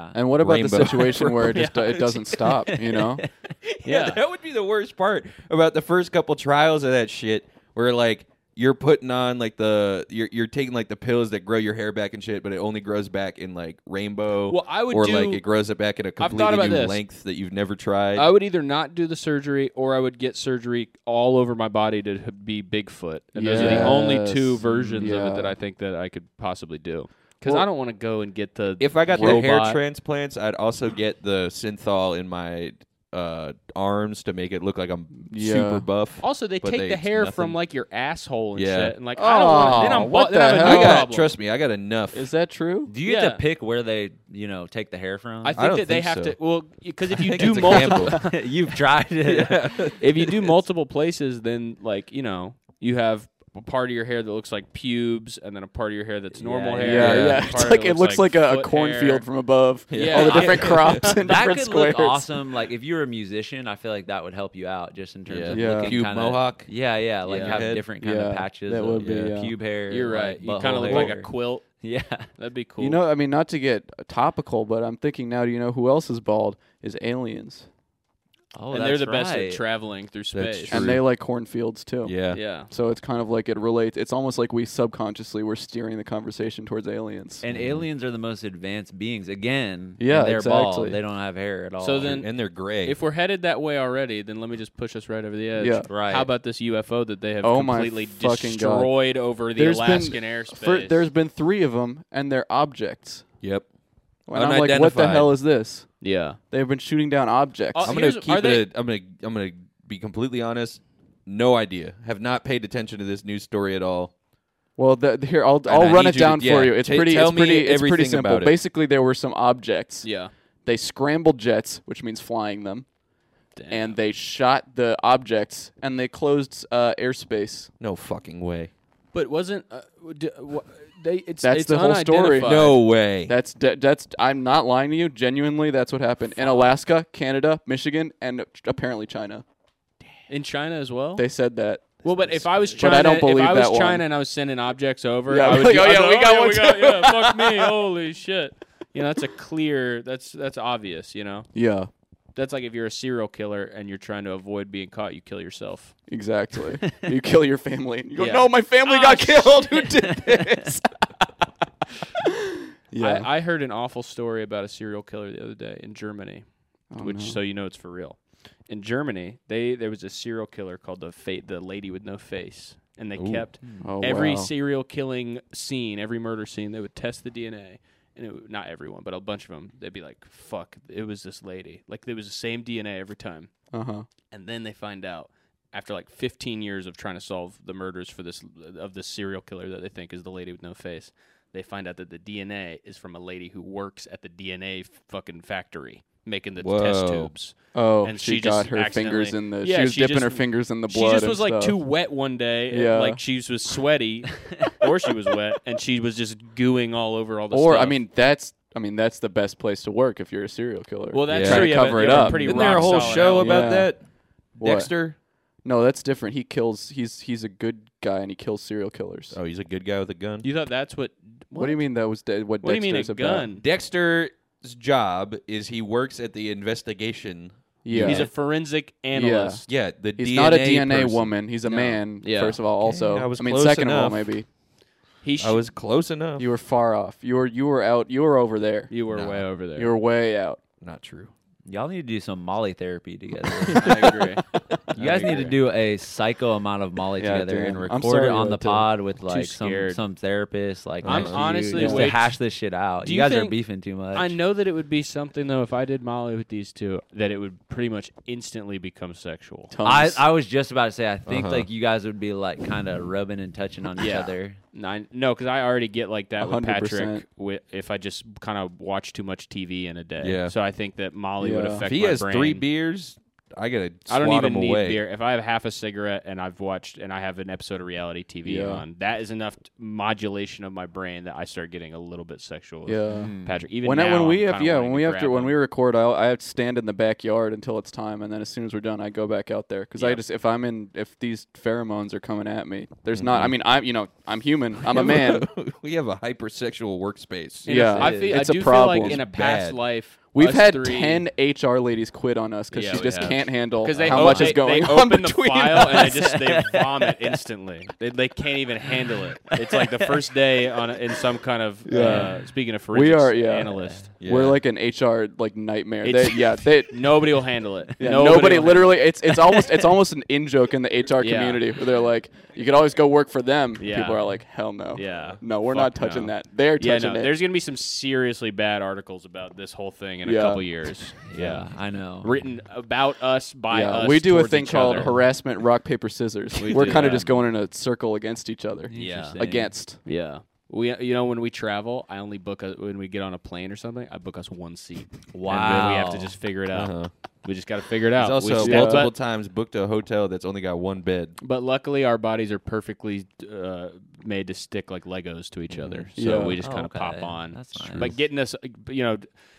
S1: Yeah.
S3: And what about
S4: Rainbow.
S3: the situation where it just
S1: Yeah.
S3: it doesn't stop? You know.
S4: Yeah, that would be the worst part about the first couple trials of that shit, where like you're putting on like the you're you're taking like the pills that grow your hair back and shit, but it only grows back in like rainbow.
S2: Well, I would
S4: or
S2: do-
S4: like it grows it back in a
S2: thought
S4: completely
S2: about
S4: new
S2: this.
S4: length that you've never tried.
S2: I would either not do the surgery or I would get surgery all over my body to h- be Bigfoot. And those are the only
S3: Yes.
S2: two versions of
S3: Yeah.
S2: it that I think that I could possibly do. Because
S4: Well,
S2: I don't want to go and get the.
S4: if I got the hair
S2: robot-
S4: transplants, I'd also get the synthol in my uh, arms to make it look like I'm
S3: Yeah.
S4: super buff.
S2: also, they
S4: but
S2: take
S4: they-
S2: the
S4: it's
S2: hair
S4: nothing.
S2: from like your asshole and
S4: Yeah.
S2: shit, and like I don't want. Then
S3: Oh,
S2: I'm bu-
S3: what
S2: then
S3: the
S2: I'm a
S3: hell?
S4: I
S2: new
S4: got
S2: problem.
S4: trust me, I got enough.
S3: Is that true?
S1: Do you get
S2: Yeah.
S1: to pick where they, you know, take the hair from?
S2: I think
S4: don't
S2: that they
S4: think
S2: have
S4: so.
S2: to. Well, because if
S4: I
S2: you
S4: think
S2: do
S4: it's a
S2: multiple,
S4: gamble.
S1: You've tried it.
S2: if you do multiple places, then like you know, you have a part of your hair that looks like pubes, and then a part of your hair that's normal
S1: yeah,
S2: hair.
S3: Yeah,
S2: and
S3: yeah.
S2: a part
S3: It's
S2: of
S3: like it looks like, a, a
S2: foot
S3: cornfield
S2: hair.
S3: from above.
S2: Yeah.
S3: All the
S1: Yeah.
S3: different crops and
S1: that
S3: different
S1: could
S3: squares.
S1: look awesome. Like if you're a musician, I feel like that would help you out just in terms
S4: Yeah.
S1: of
S3: Yeah.
S1: looking
S4: Pube
S1: kinda,
S4: mohawk.
S1: Yeah, yeah, like
S2: Yeah.
S1: have
S4: Head.
S1: different kind
S3: Yeah,
S1: of patches.
S3: that
S1: of
S3: would be,
S1: yeah,
S3: yeah.
S1: pube hair.
S2: You're right.
S1: Like,
S2: You
S1: kind of
S2: look like a quilt.
S1: yeah.
S2: That'd be cool.
S3: You know, I mean, not to get topical, but I'm thinking now. Do you know who else is bald? Is aliens,
S1: Oh,
S2: and
S1: that's
S2: they're the best
S1: right.
S2: at traveling through
S4: That's
S2: space.
S4: true.
S3: and they like cornfields too.
S4: yeah.
S2: Yeah.
S3: So it's kind of like it relates. It's almost like we subconsciously were steering the conversation towards aliens.
S1: And aliens are the most advanced beings. Again, and
S3: Yeah,
S1: they're
S3: exactly.
S1: bald. They don't have hair at all.
S2: So then-
S4: And they're gray.
S2: If we're headed that way already, then let me just push us right over the edge.
S3: Yeah.
S1: Right.
S2: How about this UFO that they have
S3: Oh my
S2: completely
S3: fucking God.
S2: destroyed over the
S3: There's been-
S2: Alaskan airspace?
S3: For, there's been three of them, and they're objects.
S4: yep.
S3: And I'm like, what the
S4: Unidentified.
S3: hell is this?
S2: yeah.
S3: They've been shooting down objects.
S2: Oh,
S4: I'm gonna
S2: Here's- are
S4: keep it. I'm gonna. I'm gonna be completely honest. No idea. Have not paid attention to this news story at all.
S3: Well, the, the- here I'll
S4: I
S3: I'll run it
S4: need you to-
S3: down
S4: yeah,
S3: for you. It's
S4: ta-
S3: pretty.
S4: tell
S3: It's pretty.
S4: me
S3: It's pretty
S4: everything
S3: simple.
S4: about it.
S3: Basically, there were some objects.
S2: Yeah.
S3: They scrambled jets, which means flying them, and they shot the objects, and they closed uh, airspace.
S4: No fucking way.
S2: But wasn't uh, d- wha- they? It's
S3: That's
S2: it's
S3: the whole story.
S2: unidentified.
S4: No way.
S3: That's de- that's. I'm not lying to you. Genuinely, that's what happened in Alaska, Canada, Michigan, and apparently China.
S2: in China as well.
S3: They said that.
S2: well, but if I was
S3: But
S2: China,
S3: I don't
S2: if
S3: believe
S2: I was
S3: that one.
S2: China and I was sending objects over,
S3: Yeah,
S2: I would
S3: like,
S2: be-
S3: oh,
S2: I'd
S3: yeah,
S2: be like,
S3: we got one too."
S2: yeah, fuck me, holy shit. You know, that's a clear. That's that's obvious. You know,
S3: Yeah,
S2: that's like if you're a serial killer and you're trying to avoid being caught, you kill yourself.
S3: exactly. you kill your family. You go,
S2: Yeah.
S3: no, my family
S2: Ah,
S3: got killed. Who did this? yeah.
S2: I, I heard an awful story about a serial killer the other day in Germany,
S3: Oh,
S2: which so you know it's for real. In Germany, they there was a serial killer called the fa- the lady with no face, and they kept
S3: Oh,
S2: every
S3: wow.
S2: serial killing scene, every murder scene, they would test the DNA. And it, would- not everyone, but a bunch of them. They'd be like, "Fuck, it was this lady." Like there was the same DNA every time.
S3: Uh huh.
S2: And then they find out after like 15 years of trying to solve the murders for this of this serial killer that they think is the lady with no face. They find out that the DNA is from a lady who works at the DNA fucking factory making the test
S4: Whoa.
S2: tubes.
S3: Oh,
S2: And
S3: she,
S2: she
S3: got
S2: just
S3: her fingers
S2: accidentally-
S3: in the.
S2: Yeah,
S3: she was
S2: she
S3: dipping
S2: just-
S3: her fingers in the
S2: She
S3: blood.
S2: just
S3: and
S2: was like
S3: stuff.
S2: too wet one day. and,
S3: Yeah.
S2: Like she was sweaty, or she was wet, and she was just gooing all over all the
S3: Or I
S2: stuff.
S3: mean, that's. I mean, that's the best place to work if you're a serial killer.
S2: well, that's true.
S4: Yeah. Try to
S2: yeah, but
S3: cover
S2: they
S3: it
S2: were
S3: up.
S2: Pretty
S4: Isn't there a
S2: rock
S4: whole
S2: solid
S4: show
S2: out.
S4: about
S3: Yeah.
S4: that?
S3: What?
S4: Dexter.
S3: No, that's different. He kills. He's he's a good guy and he kills serial killers.
S4: Oh, he's a good guy with a gun.
S2: You thought that's what? What,
S3: What do you mean that was de- what?
S2: What do you mean a
S3: Dexter's about?
S2: gun?
S4: Dexter's job is he works at the investigation.
S3: Yeah,
S2: He's a forensic analyst.
S4: Yeah, the
S3: He's
S4: DNA
S3: not a DNA
S4: person.
S3: woman. He's a man.
S2: Yeah.
S3: First of all, also
S4: I was
S3: mean,
S4: close
S3: second
S4: enough.
S3: of all, maybe
S2: He sh-
S4: I was close enough.
S3: you were far off. You were you were out. You were over there.
S2: you were
S4: Nah.
S2: way over there.
S3: You were way out.
S4: Not true.
S1: Y'all need to do some Molly therapy together.
S2: I agree.
S1: you guys need to do a psycho amount of Molly
S3: Yeah,
S1: together
S3: damn.
S1: and
S3: I'm
S1: record
S3: sorry
S1: it on
S3: about
S1: the
S3: that.
S1: pod with like some
S2: scared.
S1: some therapist. Like
S2: I'm
S1: next to
S2: honestly
S1: you, just to
S2: way-
S1: hash this shit out.
S2: Do
S1: You,
S2: you
S1: guys are
S2: think-
S1: beefing too much.
S2: I know that it would be something though if I did Molly with these two that it would pretty much instantly become sexual.
S1: I,
S3: Tons.
S1: I was just about to say I think
S4: Uh-huh.
S1: like you guys would be like kind of rubbing and touching on each
S2: Yeah.
S1: other.
S2: Nine, no, because I already get like that with
S3: 100%.
S2: Patrick with, if I just kind of watch too much TV in a day.
S4: Yeah.
S2: So I think that Molly would
S3: Yeah.
S2: affect
S4: If he
S2: my
S4: has
S2: brain.
S4: three beers, I gotta.
S2: I don't
S4: swat
S2: even
S4: him
S2: need
S4: away.
S2: beer. If I have half a cigarette and I've watched and I have an episode of reality TV
S3: Yeah.
S2: on, that is enough t- modulation of my brain that I start getting a little bit sexual. With
S3: yeah.
S2: Patrick. Even
S3: When, I,
S2: now,
S3: when
S2: I'm
S3: we
S2: kinda
S3: have yeah
S2: wanting
S3: when we
S2: to
S3: have to
S2: grab
S3: when
S2: him.
S3: we record I I have to stand in the backyard until it's time and then as soon as we're done I go back out there because I
S2: Yep.
S3: just if I'm in if these pheromones are coming at me there's
S2: Mm-hmm.
S3: not I mean I'm you know I'm human I'm a man
S4: we have a hypersexual workspace.
S2: In a-
S3: yeah
S2: I, feel,
S3: it's
S2: I
S3: a
S2: do
S3: problem
S2: feel like in a past
S4: Bad.
S2: life
S3: We've
S2: Us
S3: had
S2: three-
S3: ten HR ladies quit on us because
S2: Yeah,
S3: she
S2: we
S3: just
S2: have.
S3: can't handle
S2: because they
S3: how
S2: o-
S3: much
S2: they,
S3: is going
S2: they
S3: on
S2: open
S3: between
S2: the file
S3: us.
S2: and they just they vomit instantly. They, they can't even handle it. It's like the first day on a, in some kind of uh, speaking of forensics
S3: We are, yeah.
S2: analyst.
S3: We're
S4: Yeah.
S3: like an HR like nightmare.
S2: It's-
S3: They, yeah, they,
S2: Nobody will handle it.
S3: Yeah,
S2: nobody,
S3: nobody,
S2: will
S3: literally it's it's almost it's almost an in joke in the HR
S2: Yeah.
S3: community where they're like, You could always go work for them.
S2: Yeah.
S3: People are like, Hell no.
S2: Yeah.
S3: No, we're
S2: Fuck
S3: not touching
S2: no.
S3: that. They're
S2: Yeah,
S3: touching
S2: no.
S3: it.
S2: There's gonna be some seriously bad articles about this whole thing in a
S3: Yeah.
S2: couple years.
S1: Yeah, I know.
S2: written about us by
S3: yeah,
S2: us.
S3: we do a
S2: towards
S3: thing
S2: each
S3: called
S2: other.
S3: harassment rock, paper, scissors.
S2: We
S3: We're
S2: do
S3: kind
S2: that.
S3: of just going in a circle against each other.
S1: Yeah.
S3: Against.
S2: Yeah. We, you know, when we travel, I only book a, when we get on a plane or something. I book us one seat. and then we have to
S1: Wow.
S2: just figure it out.
S4: Uh-huh.
S2: We just got to figure it out.
S4: He's
S2: We
S4: also
S2: step
S3: yeah.
S4: multiple
S2: up-
S4: times booked a hotel that's only got one bed.
S2: But luckily, our bodies are perfectly uh, made to stick like Legos to each other, so
S3: Yeah.
S2: we just
S1: Oh,
S2: kind of pop
S1: okay.
S2: on.
S1: That's
S2: But
S1: nice.
S2: But getting us, you know,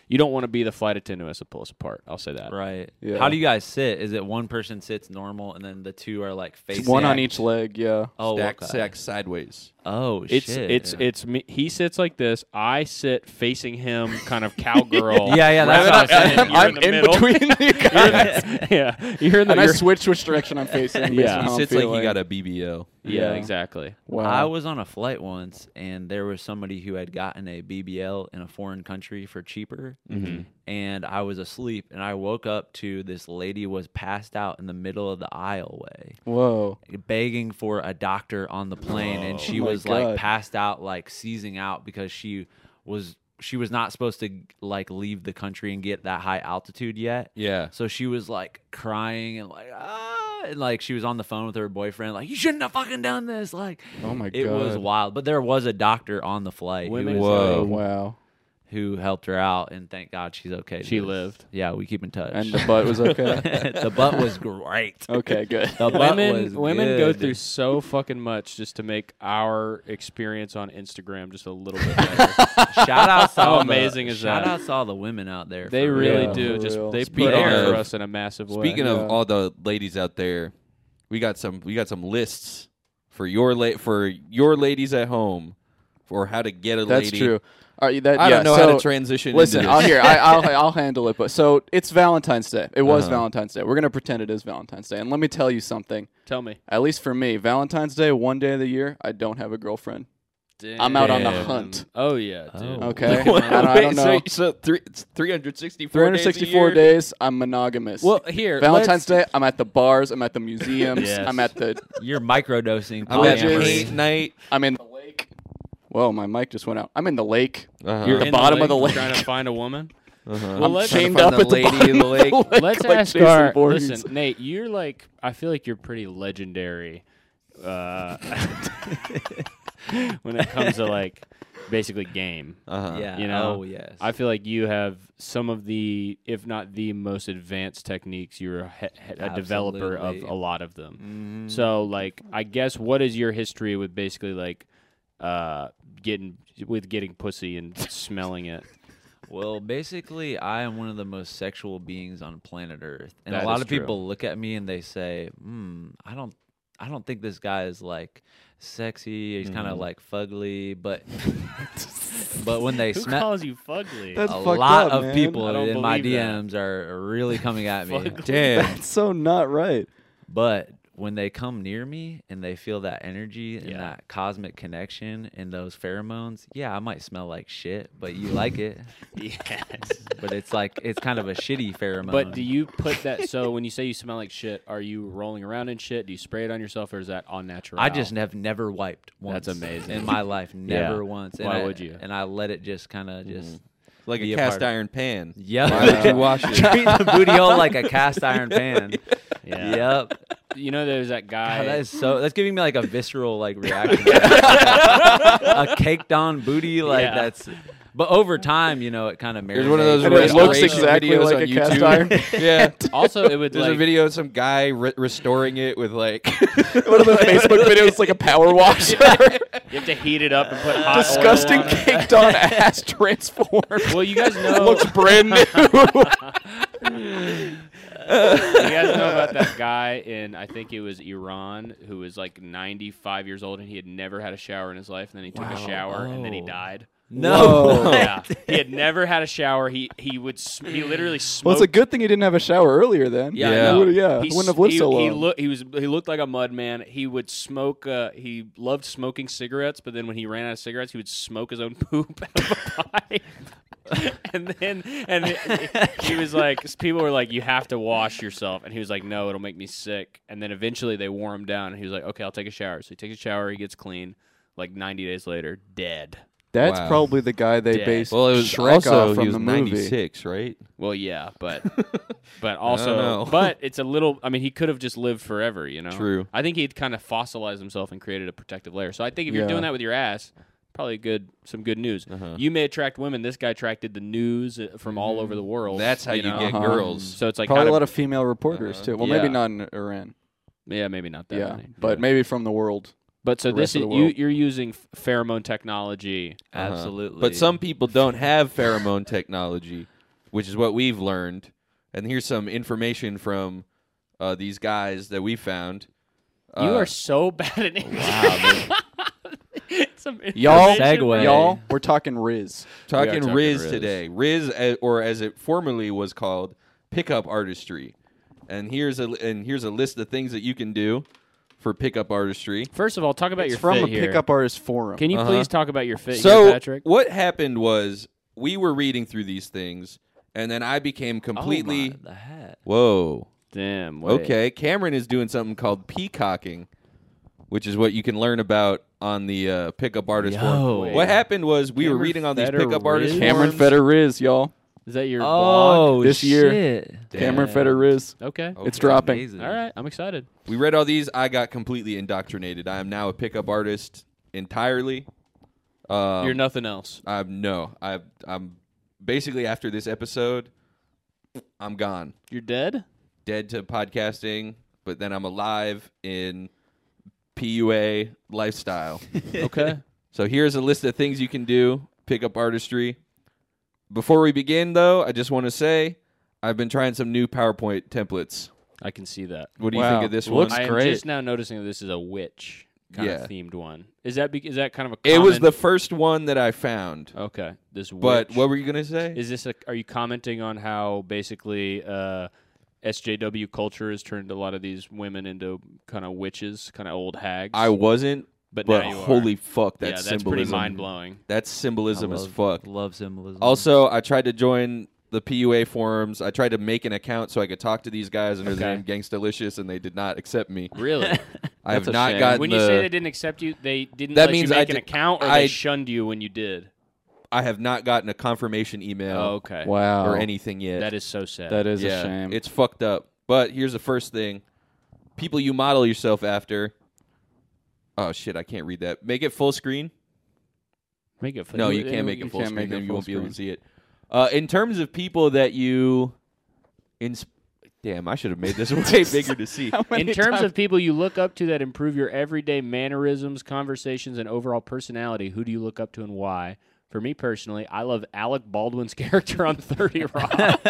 S2: you don't want to be the flight attendant who has to pull us apart. I'll say that.
S1: Right.
S3: Yeah.
S1: How do you guys sit? Is it one person sits normal and then the two are like facing
S3: One on each leg, yeah.
S1: Oh,
S4: Stack
S1: okay.
S4: sack sideways.
S1: Oh
S2: It's
S1: shit.
S2: it's it's me. He sits like this. I sit facing him, kind of cowgirl.
S1: Yeah, yeah, that's
S2: Right
S1: what I'm saying.
S2: on end. You're
S3: I'm
S2: the
S3: in,
S2: middle.
S3: between the guys.
S2: yeah, you're in the.
S3: and I
S2: you're-
S3: switch which direction I'm facing. based
S2: Yeah.
S3: on
S4: He
S3: how I'm
S4: sits like he
S3: feeling.
S4: got a BBL.
S2: yeah,
S3: Yeah.
S2: exactly.
S3: Wow.
S1: I was on a flight once, and there was somebody who had gotten a BBL in a foreign country for cheaper, and I was asleep, and I woke up to this lady was passed out in the middle of the aisleway,
S3: Whoa.
S1: begging for a doctor on the plane, and she
S3: Oh my
S1: was
S3: God.
S1: like passed out, like seizing out because she was she was not supposed to like leave the country and get that high altitude yet.
S4: Yeah.
S1: So she was like crying and like ah, and like she was on the phone with her boyfriend, like you shouldn't have fucking done this. Like,
S3: Oh my
S1: it was
S3: God.
S1: wild. But there was a doctor on the flight who,
S2: Women-
S1: was-
S3: Oh,
S4: Whoa.
S3: wow.
S1: who helped her out, and thank God she's okay. to
S2: She
S1: this.
S2: lived.
S1: Yeah, we keep in touch.
S3: And the butt was okay.
S1: the butt was great.
S3: okay, good.
S1: The butt was
S2: women women go
S1: good.
S2: through so fucking much just to make our experience on Instagram just a little bit better.
S1: Shout out to
S2: How
S1: all
S2: amazing
S1: the,
S2: is
S1: shout
S2: that?
S1: out to all the women out there.
S2: they
S1: for
S2: really
S1: real.
S2: do.
S3: For
S2: Just
S3: real.
S2: they put
S4: Speaking
S2: on
S4: of-
S2: for us in a massive way.
S4: Speaking
S3: Yeah.
S4: of all the ladies out there, we got some we got some lists for your la- for your ladies at home for how to get a
S3: That's
S4: lady.
S3: true. All right, that,
S4: I
S3: yeah,
S4: don't know
S3: so,
S4: how to transition.
S3: Listen,
S4: into
S3: I'll
S4: this.
S3: hear. I, I'll I'll handle it. But so it's Valentine's Day. It was
S4: Uh-huh.
S3: Valentine's Day. We're gonna pretend it is Valentine's Day. And let me tell you something.
S2: tell me,
S3: At least for me, Valentine's Day, one day of the year, I don't have a girlfriend. I'm out
S4: on the
S2: Damn.
S3: hunt.
S2: Oh yeah, dude.
S1: Oh.
S3: Okay, I,
S4: Wait,
S3: don't, I don't know.
S4: So, so three, it's 364
S3: 364
S4: days.
S3: days, I'm monogamous.
S2: Well, here
S3: Valentine's
S2: let's-
S3: Day, I'm at the bars, I'm at the museums,
S2: Yes.
S3: I'm at the,
S1: You're microdosing
S4: A year. I'm
S3: Polyamory.
S4: at
S1: polyamory.
S4: date night.
S3: I'm in the lake. Whoa, my mic just went out. I'm in the lake.
S4: Uh-huh.
S2: You're
S3: the
S2: in
S3: bottom of the lake.
S2: trying to find a woman.
S4: Uh-huh.
S2: Well,
S3: I'm
S2: let's-
S3: chained
S4: Trying
S3: up
S4: to
S3: at the
S4: find the lady
S3: bottom
S4: in the
S3: of the
S4: lake.
S3: lake.
S2: Let's
S3: like
S2: ask
S3: Jason
S2: our
S3: Voorhees.
S2: listen, Nate. You're like I feel like you're pretty legendary uh, when it comes to like basically game.
S4: Uh-huh.
S1: Yeah.
S2: You know,
S1: oh yes.
S2: I feel like you have some of the, if not the most advanced techniques. You're a, he- he- a developer of
S1: Absolutely. Mm-hmm.
S2: a lot of them. So, like, I guess what is your history with basically like uh, getting with getting pussy and smelling it?
S1: Well, basically, I am one of the most sexual beings on planet Earth, and
S2: That
S1: a lot
S2: is
S1: of people look at me and they say, "Hmm, I don't, I don't think this guy is like sexy. He's
S2: Mm.
S1: kind of like fugly." But, but when they
S2: Who
S1: smell,
S2: calls you fugly?
S3: That's
S1: a
S3: fucked
S1: lot
S3: up,
S1: of
S3: man.
S1: people
S2: I don't
S1: in my
S2: believe that.
S1: DMs are really coming at me.
S2: Fugly.
S4: Damn.
S3: That's so not right.
S1: but when they come near me and they feel that energy and
S2: Yeah.
S1: that cosmic connection and those pheromones, yeah, I might smell like shit, but you like it.
S2: yes.
S1: But it's like it's kind of a shitty pheromone.
S2: But do you put that? So when you say you smell like shit, are you rolling around in shit? Do you spray it on yourself, or is that on natural?
S1: I just have never wiped once.
S2: That's amazing.
S1: In my life, never once. And
S2: Why
S1: I-
S2: would you? Mm-hmm.
S1: And I let it just kind of just.
S4: Like
S1: Be
S4: a
S1: a
S4: cast
S1: part of-
S4: iron pan.
S1: Yep.
S4: Why don't you wash it?
S1: Treat the booty hole like a cast iron pan.
S2: Yeah.
S1: Yep.
S2: You know, there's that guy.
S1: God, that is so. That's giving me like a visceral like reaction. a caked on booty like
S2: Yeah.
S1: that's. But over time, you know, it kind of
S4: There's one of those
S3: And it looks
S4: restoration
S3: exactly
S4: videos
S3: like
S4: on
S3: a cast
S4: YouTube.
S3: iron.
S4: yeah.
S2: also, it would
S4: There's
S2: like
S4: a video of some guy re- restoring it with like
S3: One of those Facebook videos, like a power washer.
S2: You have to heat it up and put hot oil
S3: Disgusting
S2: on it.
S3: caked on ass transformed.
S2: Well, you guys know
S3: Looks brand new.
S2: you guys know about that guy in I think it was Iran who was like 95 years old and he had never had a shower in his life and then he took a
S1: Wow.
S2: shower and then he
S1: Oh.
S2: died.
S1: No.
S3: Whoa.
S4: Uh-huh.
S2: Yeah, he had never had a shower. He he would sm- he literally smoked.
S3: Well, it's a good thing he didn't have a shower earlier then.
S2: Yeah,
S4: Yeah.
S2: I know.
S4: He
S3: would've- yeah,
S2: He
S3: wouldn't have
S2: s-
S3: lived
S2: he,
S3: so
S2: He,
S3: long.
S2: loo- he was he looked like a mud man. He would smoke. Uh, he loved smoking cigarettes, but then when he ran out of cigarettes, he would smoke his own poop out of a pipe. and then and it- he was like, people were like, "You have to wash yourself," and he was like, "No, it'll make me sick." And then eventually they wore him down, and he was like, "Okay, I'll take a shower." So he takes a shower. He gets clean. Like 90 days later, dead.
S3: That's
S4: Wow.
S3: probably the guy they
S2: Dead.
S3: based
S4: Well, it was
S3: Shrek
S4: also
S3: off from
S4: he was
S3: the movie.
S4: 96, right?
S2: Well, yeah, but but also,
S4: know.
S2: but it's a little. I mean, he could have just lived forever, you know.
S4: True.
S2: I think he'd kind of fossilized himself and created a protective layer. So I think if you're
S3: Yeah.
S2: doing that with your ass, probably good. Some good news.
S4: Uh-huh.
S2: You may attract women. This guy attracted the news uh, from all over
S3: Mm.
S2: the world.
S4: That's how you,
S2: know? Um,
S4: get
S3: Uh-huh.
S4: girls.
S2: So it's like
S3: Probably
S2: how
S3: a
S2: to-
S3: lot of female reporters
S4: Uh-huh.
S3: too. Well,
S2: Yeah.
S3: maybe not in Iran.
S2: yeah, maybe not that.
S3: yeah,
S2: many.
S3: but maybe from the world.
S2: but so
S3: the
S2: this
S3: rest
S2: is
S3: of the
S2: you.
S3: world.
S2: You're using f- pheromone technology.
S4: Uh-huh.
S1: Absolutely. Oh
S4: But some people don't have pheromone technology, which is what we've learned. And here's some information from uh, these guys that we found.
S2: you
S4: Uh,
S2: are so bad at English. Some
S3: Y'all,
S2: information
S1: Segue.
S2: from-
S3: y'all, we're talking Riz.
S4: talking,
S2: talking
S4: Riz,
S2: Riz.
S4: today. Riz, a- or as it formerly was called, pickup artistry. And here's a and here's a list of things that you can do for pickup artistry.
S2: First of all, talk about
S3: It's
S2: your
S3: from
S2: fit
S3: a
S2: here.
S3: pickup artist forum.
S2: Can you
S4: Uh-huh.
S2: please talk about your fit,
S4: so
S2: here, Patrick?
S4: what happened was we were reading through these things, and then I became completely
S1: Oh my, the hat.
S4: whoa.
S2: Damn.
S4: Okay, Cameron is doing something called peacocking, which is what you can learn about on the uh, pickup artist
S1: Yo.
S4: forum. What happened was we were
S2: Cameron
S4: reading on these
S2: Feder
S4: pickup artist
S2: Riz?
S3: Cameron
S4: forums.
S3: Feder Riz, y'all.
S2: Is that your blog?
S1: Oh,
S3: this year.
S1: shit.
S3: Cameron Feder Riz.
S2: Okay.
S4: Okay.
S3: It's dropping.
S1: Amazing.
S2: All right. I'm excited.
S4: We read all these. I got completely indoctrinated. I am now a pickup artist entirely. Um,
S2: You're nothing else.
S4: I'm no. I I'm basically after this episode, I'm gone,
S2: You're dead.
S4: dead to podcasting. But then I'm alive in PUA lifestyle.
S2: Okay.
S4: So here's a list of things you can do pick up artistry. Before we begin, though, I just want to say I've been trying some new PowerPoint templates.
S2: I can see that.
S4: What do you
S3: Wow.
S4: think of this
S3: Looks
S4: one?
S2: I am
S3: great.
S2: just now noticing that this is a witch kind
S4: Yeah.
S2: of themed one. Is that be- is that kind of a?
S4: It was the
S2: common-
S4: first one that I found.
S2: okay. This
S4: But
S2: witch.
S4: what were you gonna say?
S2: is this? A, are you commenting on how basically? Uh, SJW culture has turned a lot of these women into kind of witches, kind of old hags.
S4: I wasn't,
S2: but,
S4: but
S2: now you are.
S4: holy fuck,
S2: yeah,
S4: that
S2: that's
S4: symbolism.
S2: pretty mind blowing.
S4: That's symbolism
S1: I
S4: as
S1: love-
S4: fuck.
S1: Love symbolism.
S4: Also, I tried to join the PUA forums. I tried to make an account so I could talk to these guys under the
S2: Okay.
S4: name Gangstalicious, and they did not accept me.
S2: Really?
S4: I have
S2: That's a
S4: not
S2: shame.
S4: gotten
S2: When
S4: the,
S2: you say they didn't accept you, they didn't
S4: That
S2: let
S4: means
S2: you
S4: I
S2: make an
S4: did-
S2: account, or
S4: I-
S2: they shunned you when you did.
S4: I have not gotten a confirmation email.
S2: Oh, okay.
S3: Wow.
S4: or anything yet.
S2: That is so sad.
S3: that is
S4: yeah,
S3: a shame.
S4: It's fucked up. But here's the first thing: people you model yourself after. Oh shit! I can't read that. Make it full screen.
S2: make it.
S4: No, you can't make
S3: you
S4: it full
S3: can't
S4: screen.
S3: make it
S4: Then you
S3: full
S4: won't be able to
S3: screen.
S4: see it. Uh, in terms of people that you, ins- damn, I should have made this way bigger to see.
S3: How
S2: In
S3: many
S2: terms
S3: times-
S2: of people you look up to that improve your everyday mannerisms, conversations, and overall personality, who do you look up to and why? For me personally, I love Alec Baldwin's character on 30 Rock.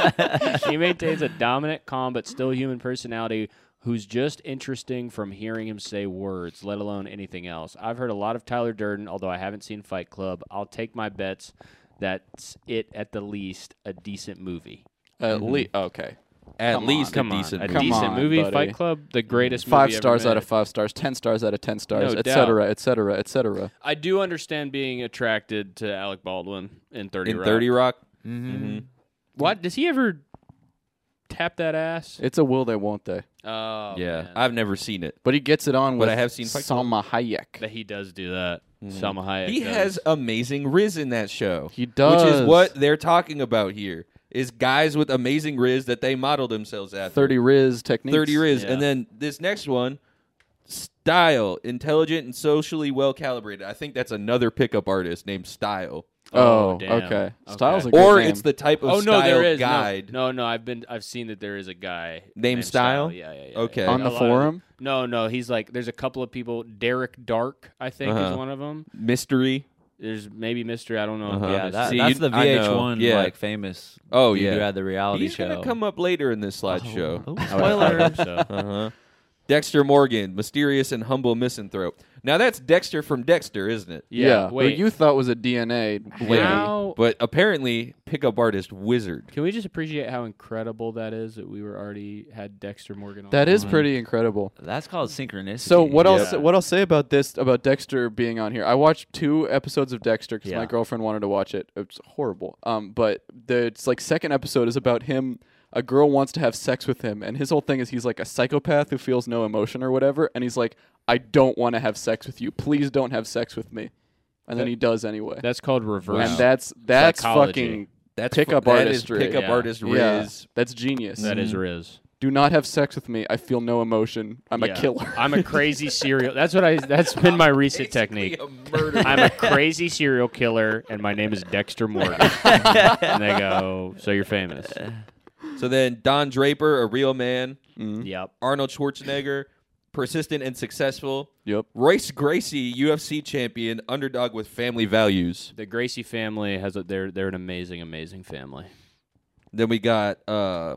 S2: he maintains a dominant, calm, but still human personality who's just interesting from hearing him say words, let alone anything else. I've heard a lot of Tyler Durden, although I haven't seen Fight Club. I'll take my bets. That's it at the least, a decent movie.
S3: at least okay.
S4: At
S3: Come
S4: least
S2: Come
S4: a
S2: on,
S4: decent.
S2: a
S4: movie.
S3: Come
S2: decent
S3: on,
S2: movie.
S3: buddy.
S2: Fight Club, the greatest.
S3: Five
S2: movie
S3: stars
S2: ever
S3: out
S2: made.
S3: of five stars, ten stars out of ten stars,
S2: No
S3: et
S2: doubt.
S3: cetera, et cetera, et cetera.
S2: I do understand being attracted to Alec Baldwin in Thirty
S4: in
S2: Rock.
S4: Thirty Rock.
S2: What does he ever tap that ass?
S3: It's a will they won't they.
S2: Oh,
S4: yeah,
S2: man.
S4: I've never seen it.
S3: But he gets it on with
S4: But I have seen Fight Club.
S3: Salma Hayek.
S2: that he does do that. Salma Hayek.
S4: Mm-hmm. He
S2: does.
S4: has amazing riz in that show.
S3: He does.
S4: which is what they're talking about here. Is guys with amazing riz that they model themselves after.
S3: Thirty Riz techniques.
S4: 30 riz,
S2: Yeah.
S4: and then this next one, style, intelligent and socially well calibrated. I think that's another pickup artist named Style,
S3: Oh,
S2: damn.
S3: okay. Styles a good
S4: or
S3: name.
S4: it's the type of
S2: Oh
S4: style
S2: no, there is no-
S4: guide.
S2: No, no, I've been, I've seen that there is a guy
S4: Name Style?
S2: Yeah, yeah, yeah.
S4: Okay.
S2: yeah.
S3: on
S2: A
S3: the
S2: lot of-
S3: forum.
S2: no, no, he's like, there's a couple of people. Derek Dark, I think, is
S4: Uh-huh.
S2: one of them.
S4: Mystery.
S2: There's maybe Mister. I don't know.
S4: Uh-huh.
S1: yeah,
S2: Yeah,
S1: that,
S4: See,
S1: that's
S4: you-
S1: the
S4: I know.
S1: VH1
S4: Yeah.
S1: like famous.
S4: Oh,
S1: dude who
S4: yeah.
S1: had the reality
S4: He's
S1: show.
S4: gonna come up later in this slideshow. Uh-huh.
S1: Oh,
S2: I would
S1: spoiler.
S2: hope so.
S4: Uh huh. Dexter Morgan, mysterious and humble misanthrope. Now that's Dexter from Dexter, isn't it?
S2: Yeah.
S3: What
S2: wait.
S3: you thought was a DNA lady.
S2: How-
S4: But apparently, pickup artist wizard.
S2: Can we just appreciate how incredible that is that we were already had Dexter Morgan on?
S3: That is
S1: Mhm.
S3: pretty incredible.
S1: That's called synchronicity.
S3: So what
S2: Yeah.
S3: else? What I'll say about this about Dexter being on here? I watched two episodes of Dexter because my
S1: Yeah.
S3: girlfriend wanted to watch it. It's horrible. Um, but the it's like second episode is about him. A girl wants to have sex with him, and his whole thing is he's like a psychopath who feels no emotion or whatever, and he's like, I don't want to have sex with you. Please don't have sex with me. And then he does anyway.
S2: That's called reverse.
S3: and that's that's
S2: Psychology.
S3: fucking
S4: That's
S3: Pickup
S4: that is
S3: artistry.
S4: Pickup
S2: Yeah.
S4: artist
S3: yeah,
S4: Riz.
S3: that's genius.
S2: that is Riz.
S3: Do not have sex with me. I feel no emotion. I'm a
S2: Yeah.
S3: killer.
S2: I'm a crazy serial. That's what I. That's been my recent technique.
S4: A murderer.
S2: I'm a crazy serial killer, and my name is Dexter Morgan. and they go, "So you're famous."
S4: so then Don Draper, a real man.
S2: Yep.
S4: Arnold Schwarzenegger, persistent and successful.
S3: Yep.
S4: Royce Gracie, UFC champion, underdog with family values.
S2: The Gracie family has a. They're they're an amazing, amazing family.
S4: Then we got uh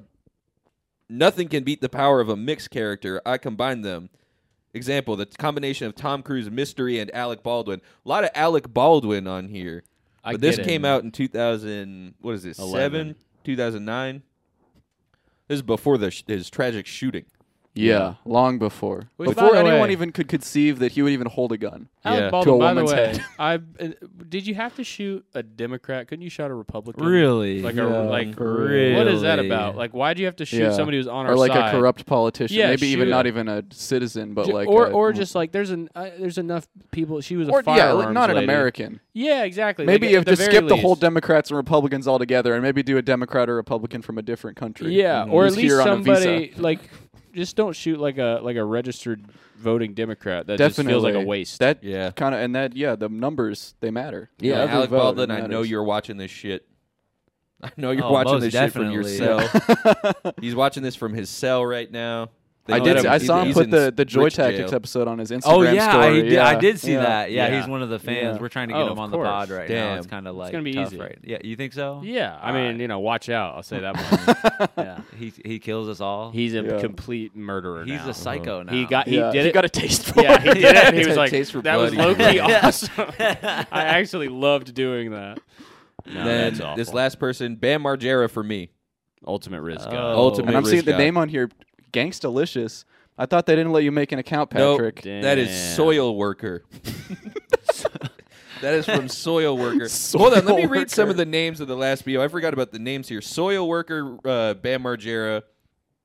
S4: Nothing can beat the power of a mixed character. I combine them. Example, the combination of Tom Cruise Mystery and Alec Baldwin. A lot of Alec Baldwin on here.
S2: I
S4: but this
S2: get it.
S4: came out in 2000, what is this?
S2: Eleven.
S4: 7, 2009. This is before the sh- his tragic shooting.
S3: Yeah, long before.
S2: Which, by
S3: before
S2: the
S3: anyone
S2: way-
S3: even could conceive that he would even hold a gun.
S2: Alec
S4: Yeah.
S2: Baldwin,
S3: To a
S2: by the
S3: woman's
S2: way,
S3: head.
S2: I uh, did you have to shoot a Democrat? Couldn't you shot a Republican?
S1: Really?
S2: Like
S3: Yeah,
S2: a like.
S3: for
S2: What is that
S1: really?
S2: about? Like, why do you have to shoot
S3: Yeah.
S2: somebody who's on
S3: or
S2: our
S3: like
S2: side?
S3: a corrupt politician.
S2: Yeah,
S3: Maybe even
S2: shoot.
S3: not even a citizen, but
S2: Ju-
S3: like
S2: or
S3: a,
S2: or just like there's an uh, there's enough people. She was a
S3: or yeah,
S2: firearms
S3: like not an
S2: lady.
S3: American.
S2: Yeah, exactly.
S3: Maybe
S2: like, at
S3: if
S2: the
S3: just
S2: very
S3: skip the whole
S2: least.
S3: Democrats and Republicans altogether, and maybe do a Democrat or Republican from a different country. Mm-hmm.
S2: Yeah, or at
S3: Who's
S2: least
S3: here on a visa.
S2: somebody like just don't shoot like a like a registered voting Democrat. That
S3: definitely
S2: just feels like a waste.
S3: That
S4: Yeah.
S3: kind of and that yeah, the numbers they matter.
S4: Yeah,
S3: Every
S4: Alec
S3: vote
S4: Baldwin, I know
S3: matters.
S4: you're watching this shit. I know you're
S1: Oh,
S4: watching
S1: most
S4: this
S1: definitely.
S4: shit from your cell. he's watching this from his cell right now. They
S3: I
S4: let
S3: did. See, I
S4: he's-
S3: saw him
S4: he's
S3: put
S4: in
S3: the the Joy
S4: rich jail.
S3: Tactics episode on his Instagram
S1: Oh yeah,
S3: story.
S1: I did.
S3: yeah.
S1: I did see
S3: yeah.
S1: that. Yeah,
S2: Yeah.
S1: he's one of the fans.
S3: Yeah.
S1: We're trying to
S2: Oh,
S1: get
S2: of
S1: him on the
S2: course.
S1: pod right now. It's
S4: Damn.
S1: kind of like
S2: gonna be
S1: tough,
S2: easy.
S1: right? Yeah, you think so?
S2: yeah, I mean,
S1: Alright.
S2: you know, watch out. I'll say that much. yeah,
S1: He he kills us all.
S2: he's a
S3: Yeah.
S2: complete murderer.
S1: He's
S2: now.
S1: a psycho now.
S2: Uh-huh. He got he
S3: Yeah,
S2: did
S3: he
S2: it.
S3: got a taste for
S2: yeah, he
S3: it.
S2: did
S4: Yeah,
S2: it. He
S4: he's
S2: was
S4: had
S2: like
S4: taste for
S2: that was
S4: blood.
S2: low key
S1: Yeah.
S2: awesome. I actually loved doing that. No,
S4: Then
S2: that's awful.
S4: this last person, Bam Margera for me.
S2: ultimate risk.
S1: Oh.
S4: Ultimate
S3: And I'm
S4: rich
S3: seeing the
S4: guy.
S3: name on here, Gangstalicious. I thought they didn't let you make an account,
S4: Nope,
S3: Patrick.
S4: that is
S2: Damn.
S4: soil worker. that is from soil worker. Hold on, let me
S3: Soil
S4: read some
S3: Worker.
S4: of the names of the last BO. I forgot about the names here. Soil worker, uh, Bam Margera.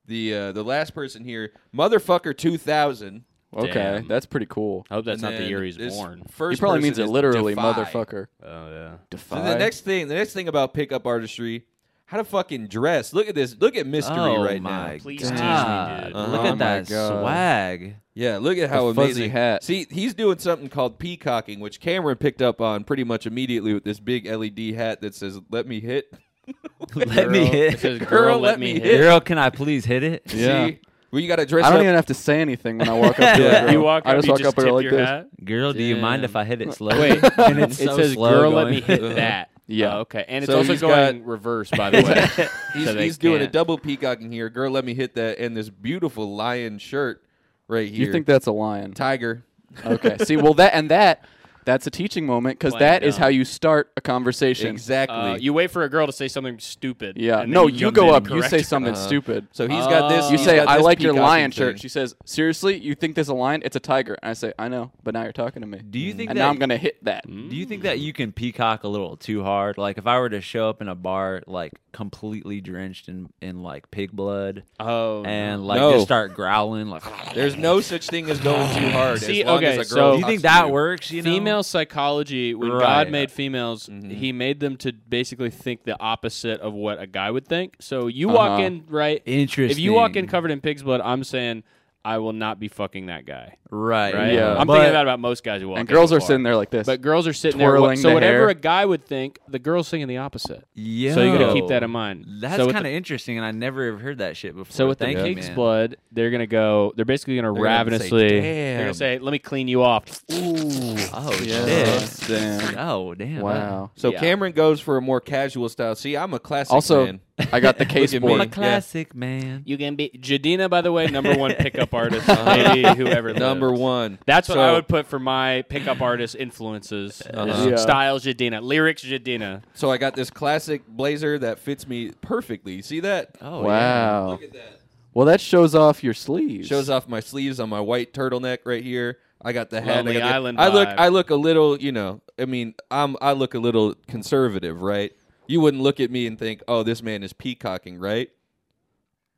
S4: The uh, the last person here, motherfucker, two thousand.
S3: okay,
S2: Damn.
S3: that's pretty cool.
S2: I hope that's
S4: And
S2: not the
S4: then
S2: year he's
S4: this
S2: born.
S4: First
S3: He probably
S4: person
S3: means it
S4: is
S3: literally,
S4: Defy.
S3: motherfucker.
S2: Oh yeah.
S3: Defy.
S4: So the next thing, the next thing about pickup artistry, how to fucking dress. Look at this. Look at mystery
S1: oh
S4: right
S1: my
S4: now.
S2: Please tease me,
S1: god!
S2: dude.
S1: Look
S4: Oh
S1: at
S4: my
S1: that
S3: Uh-huh. God.
S1: swag.
S4: Yeah, look at how
S3: fuzzy
S4: amazing.
S3: hat.
S4: See, he's doing something called peacocking, which Cameron picked up on pretty much immediately with this big LED hat that says "Let me hit."
S1: Let me
S2: It
S1: hit.
S2: says, "Girl, let me hit."
S1: Girl, can I please hit it?
S3: Yeah.
S4: See, well, you got to dress
S3: I don't
S4: up.
S3: even have to say anything when I walk up to
S4: Yeah.
S3: her. girl.
S2: You walk up,
S3: I just
S2: you
S3: walk
S2: just
S3: up to her
S2: tip
S3: like
S2: your
S3: this.
S2: hat.
S1: Girl, do you mind if I hit it slow?
S2: Wait,
S1: and it's
S2: it
S1: so
S2: says,
S1: slow
S2: "Girl,
S1: going.
S2: let me hit that."
S3: Yeah.
S2: Oh, okay, and it's
S4: So
S2: also
S4: he's
S2: going
S4: got-
S2: reverse, by the way.
S4: he's
S2: so they
S4: he's doing a
S2: can't.
S4: double peacocking here. Girl, let me hit that, and this beautiful lion shirt right here.
S3: You think that's a lion?
S4: tiger?
S3: okay. See, well that and that that's a teaching moment because
S2: Playing
S3: that is
S2: dumb.
S3: how you start a conversation.
S4: Exactly.
S2: Uh, you wait for a girl to say something stupid.
S3: Yeah.
S2: and
S3: No,
S2: then
S3: you,
S2: jump
S3: go
S2: in
S3: up.
S2: and
S3: You
S2: correct
S3: say
S2: her.
S3: something
S4: Uh-huh.
S3: stupid.
S4: so he's got this.
S2: Oh.
S3: You
S4: he's
S3: say,
S4: got
S3: "I
S4: this
S3: like your
S4: peacocking
S3: lion
S4: thing.
S3: shirt." She says, "Seriously, you think there's a lion? It's a tiger." And I say, "I know, but now you're talking to me."
S1: Do you think
S3: and
S1: that
S3: now I'm gonna hit that.
S4: Mm,
S1: Do you think that you can peacock a little too hard? Like if I were to show up in a bar like completely drenched in in like pig blood
S2: Oh,
S1: and like
S4: No.
S1: just start growling like
S4: There's no such thing as going too hard.
S2: See,
S4: as long
S2: okay,
S4: as a
S2: so-
S4: girl
S1: Do you
S4: talks
S1: think
S4: to
S1: that
S4: you.
S1: works, you know?
S2: female psychology. When
S1: Right.
S2: God made females, He made them to basically think the opposite of what a guy would think. So you walk
S3: Uh-huh.
S2: in right.
S1: Interesting.
S2: If you walk in covered in pig's blood, I'm saying I will not be fucking that guy.
S1: Right.
S2: Right?
S3: Yeah.
S2: I'm
S1: Uh, But-
S2: thinking that about most guys who walk.
S3: And
S2: in
S3: girls
S2: the
S3: are
S2: bar.
S3: sitting there like this.
S2: But girls are sitting there.
S3: twirling
S2: So
S3: the
S2: whatever
S3: hair.
S2: a guy would think, the girl's singing the opposite.
S1: Yo,
S2: So you gotta keep that in mind.
S1: That's
S2: So with
S1: kind of interesting, and I never have heard that shit before.
S2: So with
S1: Thank
S2: the
S1: you,
S2: pig's
S1: man.
S2: blood, they're gonna go. They're basically gonna
S4: They're gonna say,
S2: ravenously.
S4: "Damn."
S2: they're gonna say, "Let me clean you off." Ooh.
S1: Oh
S3: Yes.
S1: shit!
S3: Damn.
S1: Oh damn!
S3: wow.
S4: So
S2: Yeah.
S4: Cameron goes for a more casual style. See, I'm a classic.
S3: Also,
S4: man.
S3: I got the case
S4: at me.
S1: I'm a
S3: board.
S4: Like-
S1: classic man.
S3: Uh-huh.
S2: You can be Jadina, by the way, number one pickup artist, maybe whoever. lives.
S4: number one.
S2: That's what
S4: So,
S2: I would put for my pickup artist influences.
S4: Uh-huh.
S3: Yeah.
S2: Is Styles Jadina, lyrics Jadina.
S4: So I got this classic blazer that fits me perfectly. See that?
S1: Oh
S3: wow.
S4: Look at that.
S3: Well, that shows off your sleeves.
S4: Shows off my sleeves on my white turtleneck right here. I got the hat. I,
S2: Lonely
S4: got the-
S2: Island
S4: I look.
S2: vibe.
S4: I look a little. You know. I mean, I'm. I look a little conservative, right? You wouldn't look at me and think, "Oh, this man is peacocking," right?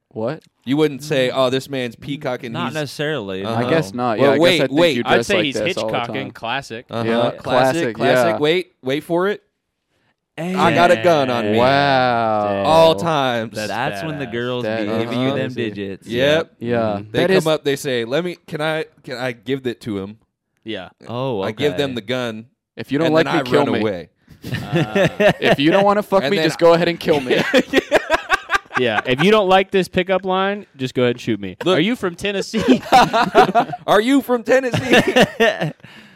S3: What?
S4: You wouldn't say,
S2: Mm.
S4: "Oh, this man's peacocking."
S1: Not
S4: he's,
S1: necessarily.
S4: Uh-huh.
S3: I
S1: no.
S3: guess not. Yeah,
S4: Well,
S3: I guess
S4: wait,
S3: I think
S4: wait.
S3: you
S4: I'd
S2: I'd
S3: dress
S2: say
S3: like
S2: he's
S3: this all the time.
S2: Hitchcocking, classic.
S4: uh-huh.
S3: Yeah,
S4: classic,
S3: classic,
S4: classic.
S3: yeah.
S4: Wait, wait for it.
S1: Hey,
S4: I got a gun on me.
S3: Wow.
S4: All times.
S1: That's,
S2: That's
S1: when the
S2: badass.
S1: girls
S3: That
S1: be
S3: is
S1: giving you them
S3: crazy.
S1: digits.
S4: Yep.
S3: Yeah.
S2: Mhm.
S4: They
S3: That
S4: come
S3: is-
S4: up. They say, "Let me. Can I? Can I give it to him?
S2: Yeah.
S1: Oh,
S4: I give them the gun.
S3: If you don't
S4: and
S3: like
S4: then
S3: me,
S4: I
S3: kill
S4: run
S3: me.
S4: away.
S3: If you don't want to fuck
S4: And
S3: me,
S4: then
S3: just go ahead and kill me.
S2: Yeah. If you don't like this pickup line, just go ahead and shoot me. Are you from Tennessee?
S4: Are you from Tennessee?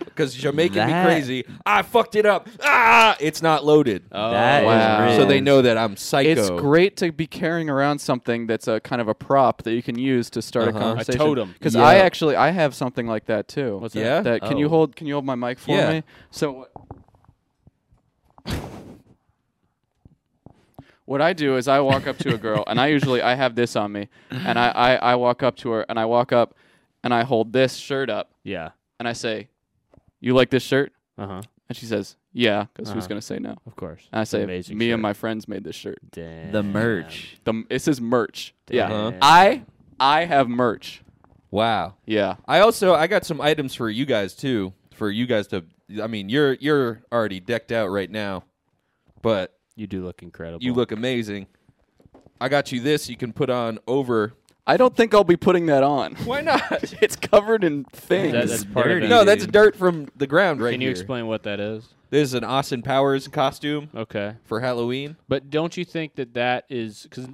S4: Because you're making
S1: That-
S4: me crazy. I fucked it up. Ah, it's not loaded.
S2: Oh,
S1: That is
S3: Oh, Wow.
S1: rich.
S4: so they know that I'm psycho.
S3: It's great to be carrying around something that's a kind of a prop that you can use to start
S4: Uh-huh. A
S3: a conversation.
S2: totem.
S3: Because
S4: Yeah.
S3: I actually I have something like that too. What's
S4: that? Yeah?
S3: That can you
S1: Oh.
S3: hold? Can you hold my mic for
S4: Yeah.
S3: me? So what? What I do is I walk up to a girl, and I usually I have this on me, and I, I, I walk up to her, and I walk up, and I hold this shirt up,
S2: yeah.
S3: and I say, "You like this shirt?"
S2: Uh huh.
S3: And she says, "Yeah," because who's
S2: Uh-huh.
S3: gonna say no?
S2: Of course.
S3: And I say, "Me
S2: Amazing
S3: and
S2: shirt.
S3: my friends made this shirt.
S2: Damn.
S1: the merch.
S3: The it says merch. Yeah,
S4: Uh-huh.
S3: I I have merch.
S4: wow.
S3: Yeah.
S4: I also I got some items for you guys too. For you guys to, I mean, you're you're already decked out right now, but
S2: You do look incredible.
S4: you look amazing. I got you this. You can put on over.
S3: I don't think I'll be putting that on.
S4: Why not?
S3: it's covered in things.
S2: That-
S1: It's
S2: that's part of
S1: dirty.
S2: it.
S4: no, that's dirt from the ground right
S2: Can you
S4: here.
S2: explain what that is?
S4: This is an Austin Powers costume
S2: Okay.
S4: for Halloween.
S2: But don't you think that that is because?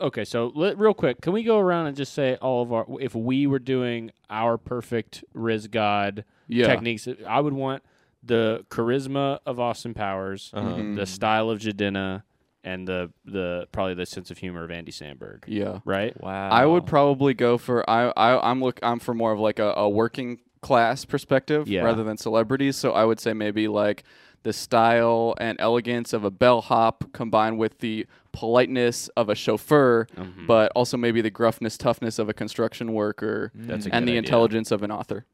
S2: Okay, so let, real quick, can we go around and just say all of our if we were doing our perfect Riz God
S3: Yeah.
S2: techniques, I would want the charisma of Austin Powers,
S3: Uh-huh.
S2: the style of Jadina, and the the probably the sense of humor of Andy Sandberg.
S3: Yeah.
S2: Right?
S1: Wow. Oh,
S3: I would probably go for I, I I'm look I'm for more of like a, a working class perspective
S2: Yeah.
S3: rather than celebrities. So I would say maybe like the style and elegance of a bellhop combined with the politeness of a chauffeur,
S2: Mm-hmm.
S3: but also maybe the gruffness, toughness of a construction worker,
S2: Mm, That's a
S3: and
S2: good
S3: the
S2: idea.
S3: intelligence of an author.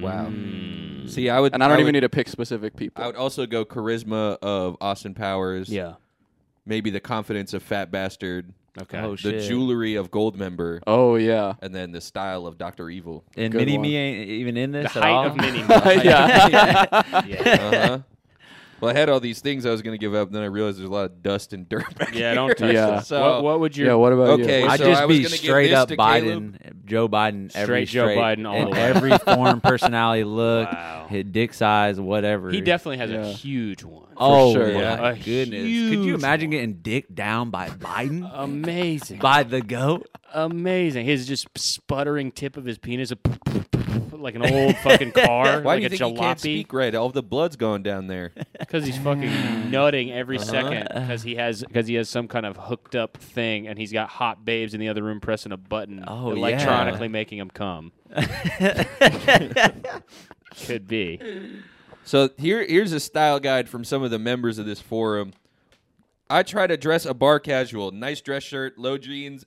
S4: Wow.
S2: Mm.
S4: See, I would,
S3: And I don't even
S4: would-
S3: need to pick specific people.
S4: I would also go charisma of Austin Powers.
S2: Yeah.
S4: Maybe the confidence of Fat Bastard.
S2: Okay.
S1: Oh,
S4: The
S1: shit.
S4: jewelry of Goldmember.
S3: oh yeah.
S4: And then the style of Doctor Evil.
S1: And
S3: Good
S1: Mini
S3: one.
S1: Me ain't even in
S2: the
S1: this at all.
S2: height of mini.
S3: yeah.
S2: yeah.
S4: Uh-huh. well, I had all these things I was going to give up, and then I realized there's a lot of dust and dirt back
S2: Yeah,
S4: here.
S2: don't touch
S3: Yeah.
S2: this.
S4: So-
S2: what, what would your
S3: Yeah, what about
S4: Okay.
S3: you?
S1: I'd
S4: so
S1: just
S4: I was
S1: be
S4: gonna give
S1: straight
S4: this
S1: up
S4: to
S1: Biden, Joe Biden, every
S2: Straight Joe Biden all
S1: in
S2: the way.
S1: every form, personality, look,
S2: Wow.
S1: his dick size, whatever.
S2: He definitely has a
S3: Yeah.
S2: huge one.
S1: Oh
S3: sure.
S1: my
S4: Yeah.
S2: A
S1: goodness! Could
S2: huge
S1: you imagine getting dick down by Biden,
S2: Amazing.
S1: by the goat?
S2: amazing. His just sputtering tip of his penis, a like an old fucking car,
S4: Why
S2: like
S4: do you
S2: a
S4: think he can't
S2: jalopy,
S4: speak right? All the blood's going down there.
S2: because he's fucking nutting every second because he has because he has some kind of hooked up thing, and he's got hot babes in the other room pressing a button,
S1: Oh, yeah.
S2: electronically making him come. Could be.
S4: So here, here's a style guide from some of the members of this forum. I try to dress a bar casual, nice dress shirt, low jeans,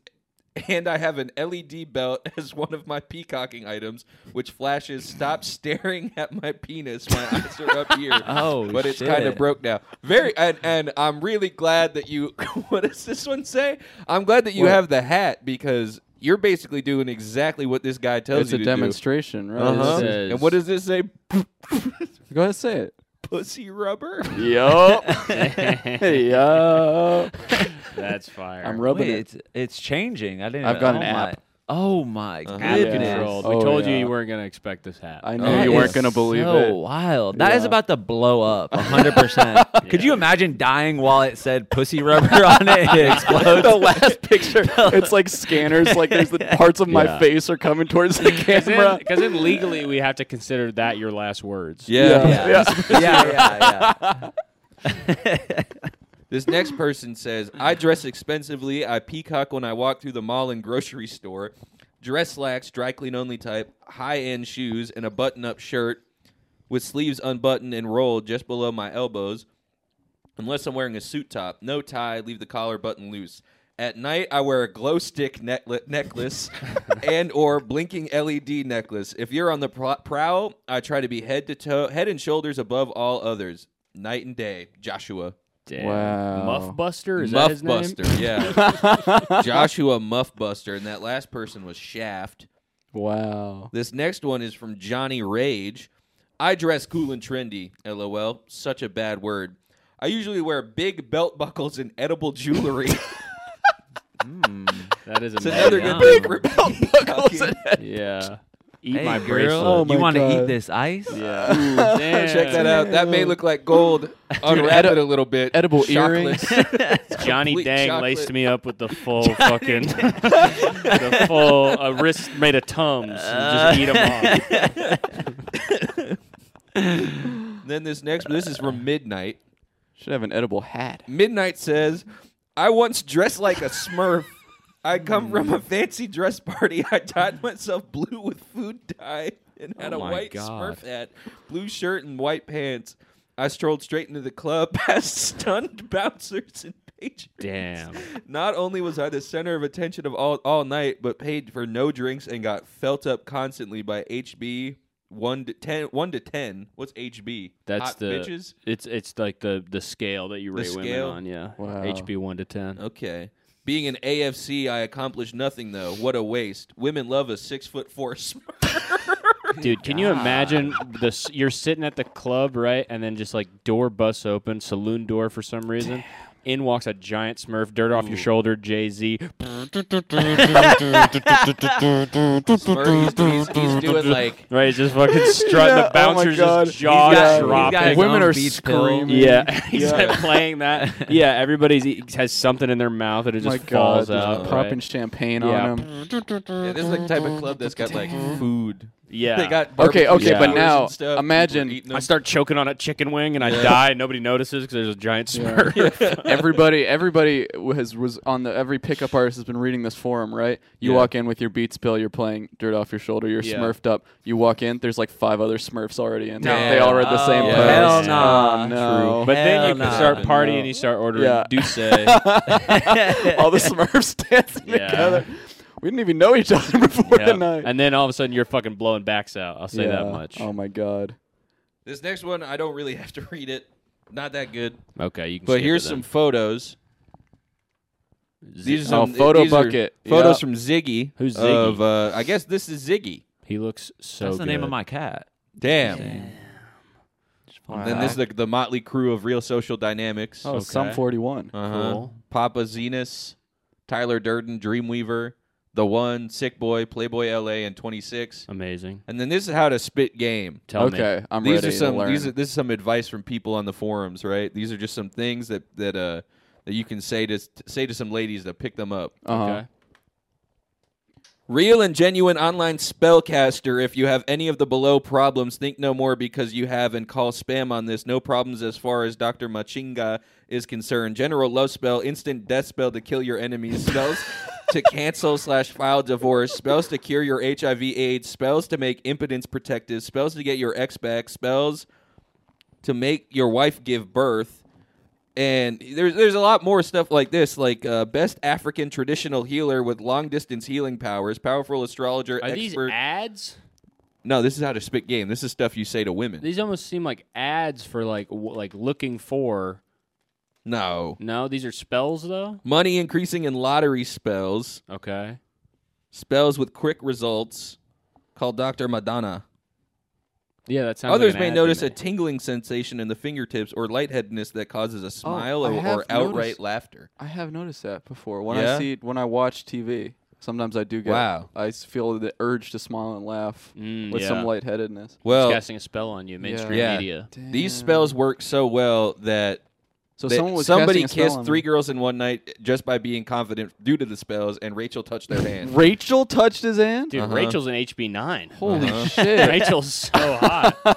S4: and I have an LED belt as one of my peacocking items, which flashes. Stop staring at my penis. My eyes are up here.
S1: Oh,
S4: but it's
S1: shit.
S4: kind of broke now. Very, and, and I'm really glad that you. what does this one say? I'm glad that you
S3: What?
S4: have the hat because you're basically doing exactly what this guy tells
S3: It's
S4: you
S3: a
S4: to
S3: demonstration, right?
S4: do. Uh-huh.
S2: says-
S4: And what does this say?
S3: Go ahead, say it.
S4: Pussy rubber.
S3: Yup. yup.
S2: That's fire.
S3: I'm rubbing
S1: Wait,
S3: it.
S1: it's it's changing. I didn't.
S3: I've got
S1: oh
S3: an
S1: my-
S3: app. Uh-huh.
S1: Oh my
S2: Out
S1: god!
S2: of
S3: Yeah.
S2: control. We
S3: Oh,
S2: told you
S3: yeah.
S2: you weren't gonna expect this hat.
S3: I
S4: Oh,
S3: knew you weren't
S4: is
S3: gonna believe
S1: so
S3: it.
S1: wild. That is
S3: Yeah.
S1: about to blow up 100%. Could you imagine dying while it said pussy rubber on it? and It explodes.
S3: the last picture, it's like scanners. Like there's the parts of my
S2: Yeah.
S3: face are coming towards the camera.
S2: Because then legally we have to consider that your last words.
S4: yeah.
S1: Yeah. yeah, yeah, yeah.
S4: This next person says, I dress expensively. I peacock when I walk through the mall and grocery store. dress slacks, dry clean only type, high end shoes, and a button up shirt with sleeves unbuttoned and rolled just below my elbows. Unless I'm wearing a suit top, no tie, leave the collar button loose. At night, I wear a glow stick neckla- necklace and or blinking LED necklace. If you're on the pro- prowl, I try to be head to toe, head and shoulders above all others, night and day. Joshua.
S2: Damn.
S3: Wow.
S2: Muff Buster is that his name?
S4: Muffbuster, yeah. Joshua Muffbuster, and that last person was Shaft.
S3: Wow.
S4: This next one is from Johnny Rage. I dress cool and trendy. LOL. Such a bad word. I usually wear big belt buckles and edible jewelry.
S2: That is
S4: it's
S2: amazing.
S4: another good thing for belt buckles. and-
S2: Yeah. Eat
S1: Hey,
S2: my
S1: girl,
S2: bracelet.
S3: Oh my
S1: you want to
S3: God.
S1: eat this ice?
S2: Yeah. Damn.
S4: Oh Check that out. That may look like gold. Unwrap it a little bit.
S3: edible
S4: Chocolates.
S2: Johnny
S4: Complete
S2: Dang
S4: chocolate.
S2: laced me up with the full fucking, the full a wrist made of tums. And just eat them
S4: Uh.
S2: all.
S4: then this next this is from Midnight.
S3: Should have an edible hat.
S4: Midnight says, I once dressed like a smurf. I come from a fancy dress party. I dyed myself blue with food dye and had
S2: Oh
S4: a
S2: my
S4: white
S2: God.
S4: smurf hat, blue shirt, and white pants. I strolled straight into the club past stunned bouncers and patrons.
S2: Damn.
S4: Not only was I the center of attention of all, all night, but paid for no drinks and got felt up constantly by HB 1 to 10. 1 to 10. What's HB?
S2: That's
S4: Hot
S2: the
S4: bitches?
S2: it's it's like the the scale that you rate women
S4: scale?
S2: on. Yeah.
S3: Wow.
S2: HB one to ten.
S4: Okay. Being an AFC, I accomplished nothing though. What a waste. Women love a six foot four. sm-
S2: Dude, can you imagine this? You're sitting at the club, right, and then just like door busts open, saloon door for some reason. In walks a giant Smurf, dirt off your shoulder, Jay Z.
S4: Smurf. He's, he's, he's doing like
S2: Right, he's just fucking strutting.
S3: Yeah,
S2: the
S3: oh my
S2: bouncer's
S3: God.
S2: just jaw
S1: He's got- he's
S2: dropping.
S1: got his
S3: Women
S1: own
S3: are
S1: beach
S3: screaming. Oh
S1: pill.
S2: Yeah, he's
S3: Yeah.
S2: like playing that. Yeah, everybody's he has something in their mouth and it
S3: Oh my
S2: just
S3: God.
S2: falls
S3: Just
S2: out.
S3: popping
S2: right?
S3: champagne
S2: Yeah.
S3: on him.
S4: yeah, this is like the type of club that's got like food.
S2: Yeah,
S4: They got
S3: Okay,
S4: barbecue
S3: okay,
S2: but
S4: skewers
S3: now,
S4: and stuff. People are
S3: imagine
S4: eating them.
S2: I start choking on a chicken wing and I die. Nobody notices because there's a giant Smurf.
S3: everybody, everybody has was on the every pickup artist has been reading this forum, right? You
S4: Yeah.
S3: walk in with your Beats bill, you're playing Dirt Off Your Shoulder, you're
S2: Yeah.
S3: smurfed up. You walk in, there's like five other smurfs already in.
S4: Damn.
S3: They all read the same
S1: Oh,
S3: post.
S1: hell
S3: Oh,
S1: nah.
S3: no.
S2: But then
S1: Hell
S2: you can
S1: nah.
S2: start partying
S3: No.
S2: and you start ordering
S3: Yeah.
S2: Duce.
S3: all the smurfs dancing
S2: Yeah.
S3: together. We didn't even know each other before
S2: Yeah.
S3: the night.
S2: And then all of a sudden you're fucking blowing backs out. I'll say
S3: yeah.
S2: that much.
S3: Oh my god.
S4: This next one, I don't really have to read it. Not that good.
S2: okay, you can.
S4: But
S2: skip
S4: here's
S2: it
S4: some
S2: then.
S4: photos. These are
S3: Oh,
S4: some-
S3: photo
S4: these are
S3: bucket.
S4: Photos
S3: Yeah.
S4: from Ziggy.
S2: Who's Ziggy?
S4: Of, uh, I guess this is Ziggy.
S2: He looks so.
S1: That's the name
S2: good.
S1: of my cat.
S4: Damn.
S1: Just fun
S4: Then this is
S1: fact.
S4: the, the motley crew of Real Social Dynamics.
S3: Oh, some
S2: Okay.
S3: 41.
S4: Uh-huh.
S2: Cool.
S4: Papa Zenas, Tyler Durden, Dreamweaver, The One, Sick Boy, Playboy LA, and 26.
S2: Amazing.
S4: And then this is how to spit game.
S2: Tell me.
S3: okay, I'm
S4: these
S3: ready
S4: are some
S3: to learn.
S4: these are this is some advice from people on the forums, right? These are just some things that that uh that you can say to say to some ladies to pick them up.
S3: uh-huh.
S2: Okay.
S4: Real and genuine online spellcaster. If you have any of the below problems, think no more because you have and call spam on this. No problems as far as Dr. Machinga is concerned. General love spell, instant death spell to kill your enemies, spells to cancel slash file divorce, spells to cure your HIV AIDS, spells to make impotence protective, spells to get your ex back, spells to make your wife give birth. And there's there's a lot more stuff like this, like uh, best African traditional healer with long distance healing powers, powerful astrologer,
S2: Are these
S4: expert.
S2: ads?
S4: no, this is how to spit game. This is stuff you say to women.
S2: These almost seem like ads for like w- like looking for.
S4: no,
S2: No, these are spells though.
S4: money increasing in lottery spells,
S2: Okay.
S4: spells with quick results, called Doctor Madonna.
S2: Yeah, that sounds. like
S4: Others
S2: an
S4: may
S2: ad to
S4: notice
S2: me.
S4: a tingling sensation in the fingertips or lightheadedness that causes a smile
S3: Oh, I
S4: or,
S3: have
S4: or outright
S3: noticed-
S4: laughter.
S3: I have noticed that before. When
S4: Yeah?
S3: I see when I watch TV, sometimes I do get
S4: Wow.
S3: I s- feel the urge to smile and laugh
S2: Mm,
S3: with some
S2: yeah.
S3: lightheadedness.
S2: It's
S4: Well,
S2: casting a spell on you, mainstream
S4: uh, Yeah.
S2: media.
S4: these
S3: Damn.
S4: spells work so well that
S3: So
S4: They-
S3: someone was
S4: somebody
S3: casting a spell
S4: kissed
S3: on
S4: three
S3: me.
S4: girls in one night just by being confident due to the spells, and Rachel touched their hand.
S3: Rachel touched his hand?
S2: Dude,
S4: Uh-huh.
S2: Rachel's an HB nine.
S3: Holy
S4: Uh-huh.
S3: shit.
S2: Rachel's so hot.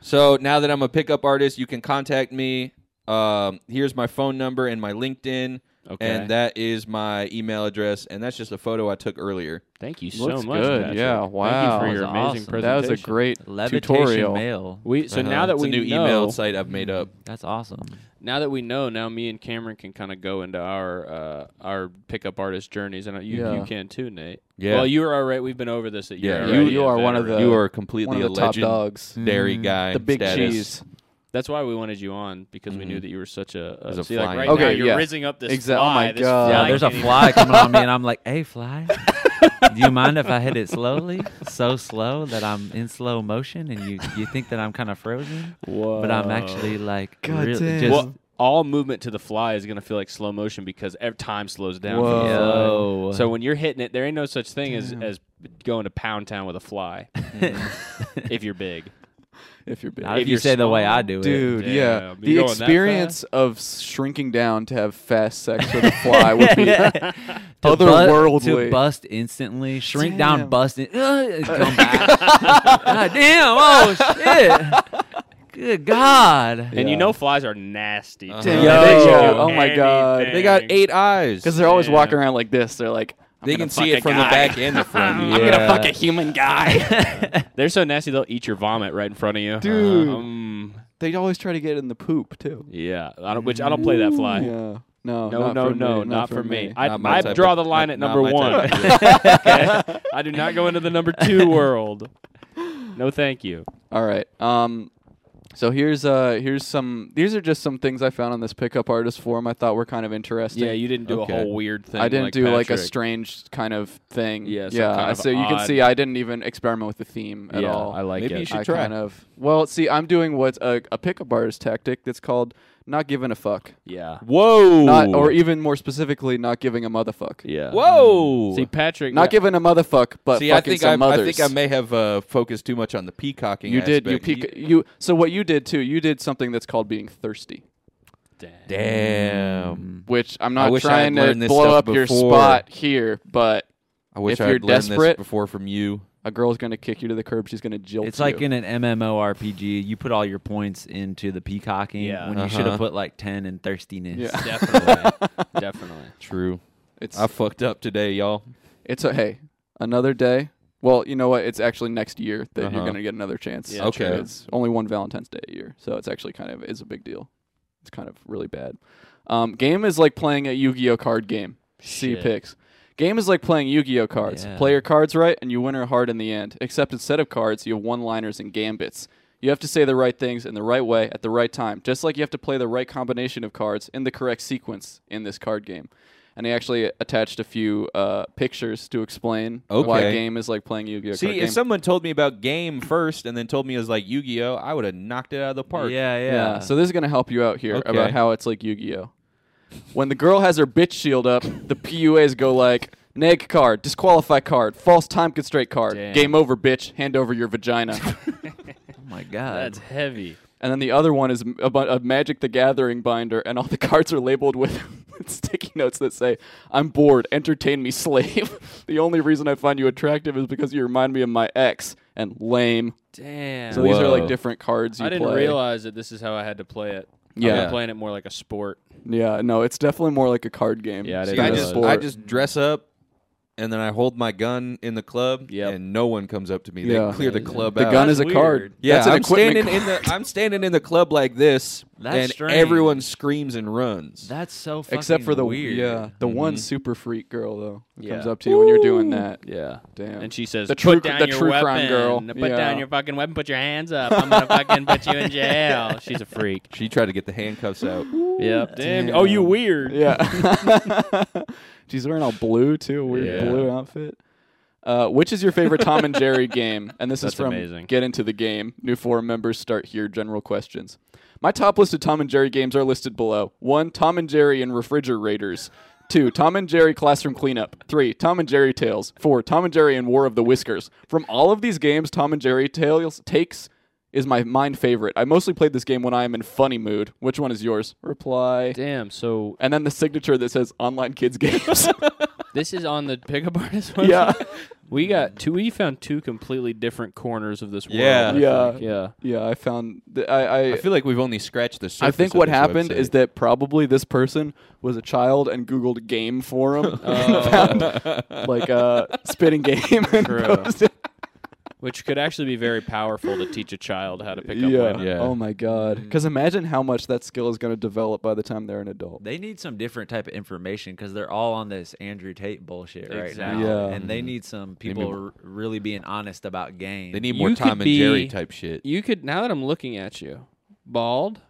S4: so now that I'm a pickup artist, you can contact me. Um, here's my phone number and my LinkedIn.
S2: Okay.
S4: And that is my email address. And that's just a photo I took earlier.
S2: Thank you so
S3: Looks
S2: much.
S3: good,
S2: Patrick.
S3: yeah, wow.
S2: Thank
S1: That
S2: you for your
S1: was
S2: amazing
S1: awesome.
S3: That
S2: presentation.
S3: was a great
S1: Levitation
S3: tutorial.
S1: mail.
S2: We so
S4: Uh-huh.
S2: now that
S4: it's
S2: we
S4: a new
S2: know
S4: email site I've made up.
S1: That's awesome.
S2: now that we know, now me and Cameron can kind of go into our uh, our pickup artist journeys, and you
S3: Yeah.
S2: you can too, Nate.
S4: Yeah.
S2: Well, you are already. We've been over this. At you're
S4: Yeah, you-
S2: already
S3: you
S2: a
S3: are one of
S2: veteran.
S3: the-
S4: you are
S3: One
S4: completely
S3: of
S4: a
S3: the top
S4: legend
S3: dogs.
S4: dairy
S2: Mm,
S4: guy.
S3: The big
S4: status.
S3: cheese.
S2: That's why we wanted you on because we knew that you were such a. a,
S4: As Mm-hmm. a
S2: see, like
S4: fly.
S2: right now
S3: Okay,
S2: you're
S3: yeah.
S2: rizzing up this
S3: Exa- oh
S2: fly.
S3: my
S2: this
S3: God.
S1: Yeah,
S2: fly
S1: there's a
S2: can't
S1: fly coming on me, and I'm like, "Hey, fly, do you mind if I hit it slowly? So slow that I'm in slow motion, and you you think that I'm kind of frozen,
S2: even- Whoa.
S1: but I'm actually like
S3: God
S1: really
S3: damn.
S1: just
S2: Well, all movement to the fly is gonna feel like slow motion because every time slows down. for the fly.
S1: Whoa.
S2: So when you're hitting it, there ain't no such thing as, as going to Pound Town with a fly if you're big.
S3: If you're big.
S1: Not if,
S2: if
S1: you
S2: you're
S1: say the way
S2: small,
S1: I do it.
S3: Dude,
S2: Damn,
S3: yeah.
S2: you
S3: The
S2: going that
S3: experience of shrinking down to have fast sex with a fly would be
S1: To bu-
S3: otherworldly.
S1: to bust instantly, shrink down,
S3: Damn.
S1: bust it, uh, come back. God damn! Oh shit! Good God!
S2: And you
S3: Yeah.
S2: know flies are nasty. too.
S4: Damn,
S2: They
S4: they
S2: can
S4: are.
S2: do
S3: Oh my God.
S2: anything.
S4: They got eight eyes.
S3: Because they're always
S2: Yeah.
S3: walking around like this. They're like, I'm
S4: They
S3: gonna
S4: can
S3: fuck
S4: see
S3: a
S4: it from
S3: guy.
S4: the back and the
S2: Uh-huh.
S4: front.
S3: I'm gonna fuck a human guy.
S2: They're so nasty they'll eat your vomit right in front of you.
S3: Dude.
S2: Um,
S3: they always try to get in the poop too.
S2: yeah. I don't, which I don't play that fly.
S3: Yeah. No.
S2: No,
S3: not
S2: no,
S3: for me,
S2: no, not, for me. I,
S4: Not my
S2: I
S4: type
S2: draw
S4: of-
S2: the line
S4: not-
S2: at
S4: not
S2: number
S4: my
S2: one.
S4: type
S2: okay? I do not go into the number two world. No, thank you.
S3: All right. Um, so here's uh here's some these are just some things I found on this pickup artist forum. I thought were kind of interesting.
S2: Yeah, you didn't do
S4: Okay.
S2: a whole weird thing.
S3: I didn't
S2: like
S3: do like a
S2: Patrick.
S3: strange kind of thing.
S2: Yeah, some
S3: yeah.
S2: kind of
S3: so you can
S2: odd-
S3: see I didn't even experiment with the theme at
S2: yeah,
S3: all.
S2: I like
S4: Maybe
S2: it.
S4: you should
S3: I
S4: try.
S3: kind of well see I'm doing what's a, a pickup artist tactic that's called not giving a fuck.
S2: yeah.
S4: Whoa.
S3: Not or
S2: e-
S3: even more specifically not giving a motherfuck.
S2: Yeah.
S4: Whoa.
S2: See, Patrick.
S3: Not giving a motherfuck, but
S4: See, I
S3: fucking
S4: think I,
S3: some
S4: I
S3: others.
S4: think I may have uh, focused too much on the peacocking.
S3: you did you
S4: aspect.
S3: peek you, so what you did too you did something that's called being thirsty
S2: Damn.
S4: Damn.
S3: which i'm
S4: I
S3: not
S4: wish I had
S3: trying to
S4: learned this
S3: blow
S4: stuff
S3: up your
S4: before.
S3: spot here but
S4: I wish
S3: If
S4: I
S3: you're
S4: had learned this
S3: desperate-
S4: before from you.
S3: a girl's gonna kick you to the curb she's gonna jilt
S1: It's like
S3: you.
S1: in an MMORPG, you put all your points into the peacocking
S2: Yeah.
S1: when you should
S4: Uh-huh.
S1: have put like 10 in thirstiness.
S3: Yeah.
S2: Definitely. Definitely.
S4: True.
S3: it's
S4: I fucked up today, y'all.
S3: it's a hey another day well you know what it's actually next year that
S4: Uh-huh.
S3: you're gonna get another chance
S2: Yeah,
S4: Okay. true.
S3: it's only one valentine's day a year so it's actually kind of is a big deal it's kind of really bad um, game is like playing a yu-gi-oh card game see
S2: Shit.
S3: picks game is like playing yu-gi-oh cards
S1: Yeah.
S3: play your cards right and you win or hard in the end except instead of cards you have one-liners and gambits you have to say the right things in the right way at the right time just like you have to play the right combination of cards in the correct sequence in this card game and they actually attached a few uh, pictures to explain why
S4: Okay.
S3: game is like playing Yu-Gi-Oh. card
S4: See,
S3: game.
S4: if someone told me about game first and then told me it was like Yu Gi Oh, I would have knocked it out of the
S1: Yeah,
S4: park.
S1: yeah.
S3: Yeah. So this is gonna help you out here
S4: Okay.
S3: about how it's like Yu-Gi-Oh. When the girl has her bitch shield up, the PUAs go like neg card, disqualify card, false time constraint card,
S2: Damn.
S3: game over, bitch, hand over your vagina.
S1: oh my God.
S2: That's heavy.
S3: and then the other one is a, bu- a Magic the Gathering binder, and all the cards are labeled with. Sticky notes that say, I'm bored, entertain me, slave. the only reason I find you attractive is because you remind me of my ex and lame.
S2: Damn.
S3: So these are like
S4: Whoa.
S3: different cards you
S2: I didn't
S3: play.
S2: realize that this is how I had to play it.
S3: Yeah.
S2: I've been playing it more like a sport.
S3: Yeah, no, it's definitely more like a card game.
S2: Yeah, it
S4: See,
S2: is.
S3: than
S4: I
S3: a
S2: Yeah.
S4: just
S3: sport.
S4: I just dress up and then I hold my gun in the club
S2: Yep.
S4: and no one comes up to me.
S3: Yeah.
S4: They clear the club
S3: the
S4: out.
S3: gun is a
S2: That's
S3: card.
S2: weird.
S4: yeah,
S3: That's an
S4: I'm
S3: equipment
S4: standing in the I'm standing in the club like this
S1: That's
S4: and
S1: strange.
S4: everyone screams and runs.
S1: That's so fucking
S3: except for the
S1: weird.
S3: yeah the one
S4: Mhm.
S3: super freak girl though who comes
S2: Mm-hmm. Yeah.
S3: up to you when you're doing that.
S2: Yeah.
S3: Damn.
S2: And she says,
S3: The true-
S2: "Put down
S3: the
S2: your
S3: true crime
S2: weapon.
S3: girl."
S2: Put
S3: Yeah.
S2: down your fucking weapon. Put your hands up. I'm gonna fucking put you in jail." She's a freak.
S4: she tried to get the handcuffs out.
S2: Yep. Damn.
S3: Damn.
S2: Oh, you weird.
S3: Yeah. She's wearing all blue too, a weird
S2: Yeah.
S3: blue outfit. Uh, which is your favorite Tom and Jerry game? And this
S2: That's
S3: is from
S2: amazing.
S3: Get Into the Game. New forum members start here. General questions. My top listed Tom and Jerry games are listed below. One, Tom and Jerry and Refrigerators. Two, Tom and Jerry Classroom Cleanup. Three, Tom and Jerry Tales. Four, Tom and Jerry and War of the Whiskers. From all of these games, Tom and Jerry Tales takes is my mind favorite. I mostly played this game when I am in funny mood. Which one is yours? Reply
S2: Damn. So
S3: and then the signature that says online kids games.
S2: this is on the pickup artist.
S3: yeah.
S2: We got two. We found two completely different corners of this world.
S4: Yeah.
S2: I think.
S3: Yeah.
S2: yeah.
S3: Yeah, I found th- I I,
S4: I feel like we've only scratched the
S3: I
S4: surface.
S3: think
S4: of
S3: what
S4: this
S3: happened
S4: website.
S3: is that probably this person was a child and Googled game forum, and found, like uh, spitting game, and
S2: True.
S3: posted.
S2: Which could actually be very powerful to teach a child how to pick up
S3: Yeah.
S2: women.
S4: Yeah.
S3: Oh my god. Because imagine how much that skill is going to develop by the time they're an adult.
S1: They need some different type of information because they're all on this Andrew Tate bullshit right
S2: Exactly.
S1: now,
S3: Yeah. Mm-hmm.
S1: and they need some people r- really being honest about game.
S4: they need
S2: You
S4: more
S2: could
S4: Tom and
S2: be-
S4: Jerry type shit.
S2: You could now that I'm looking at you, bald,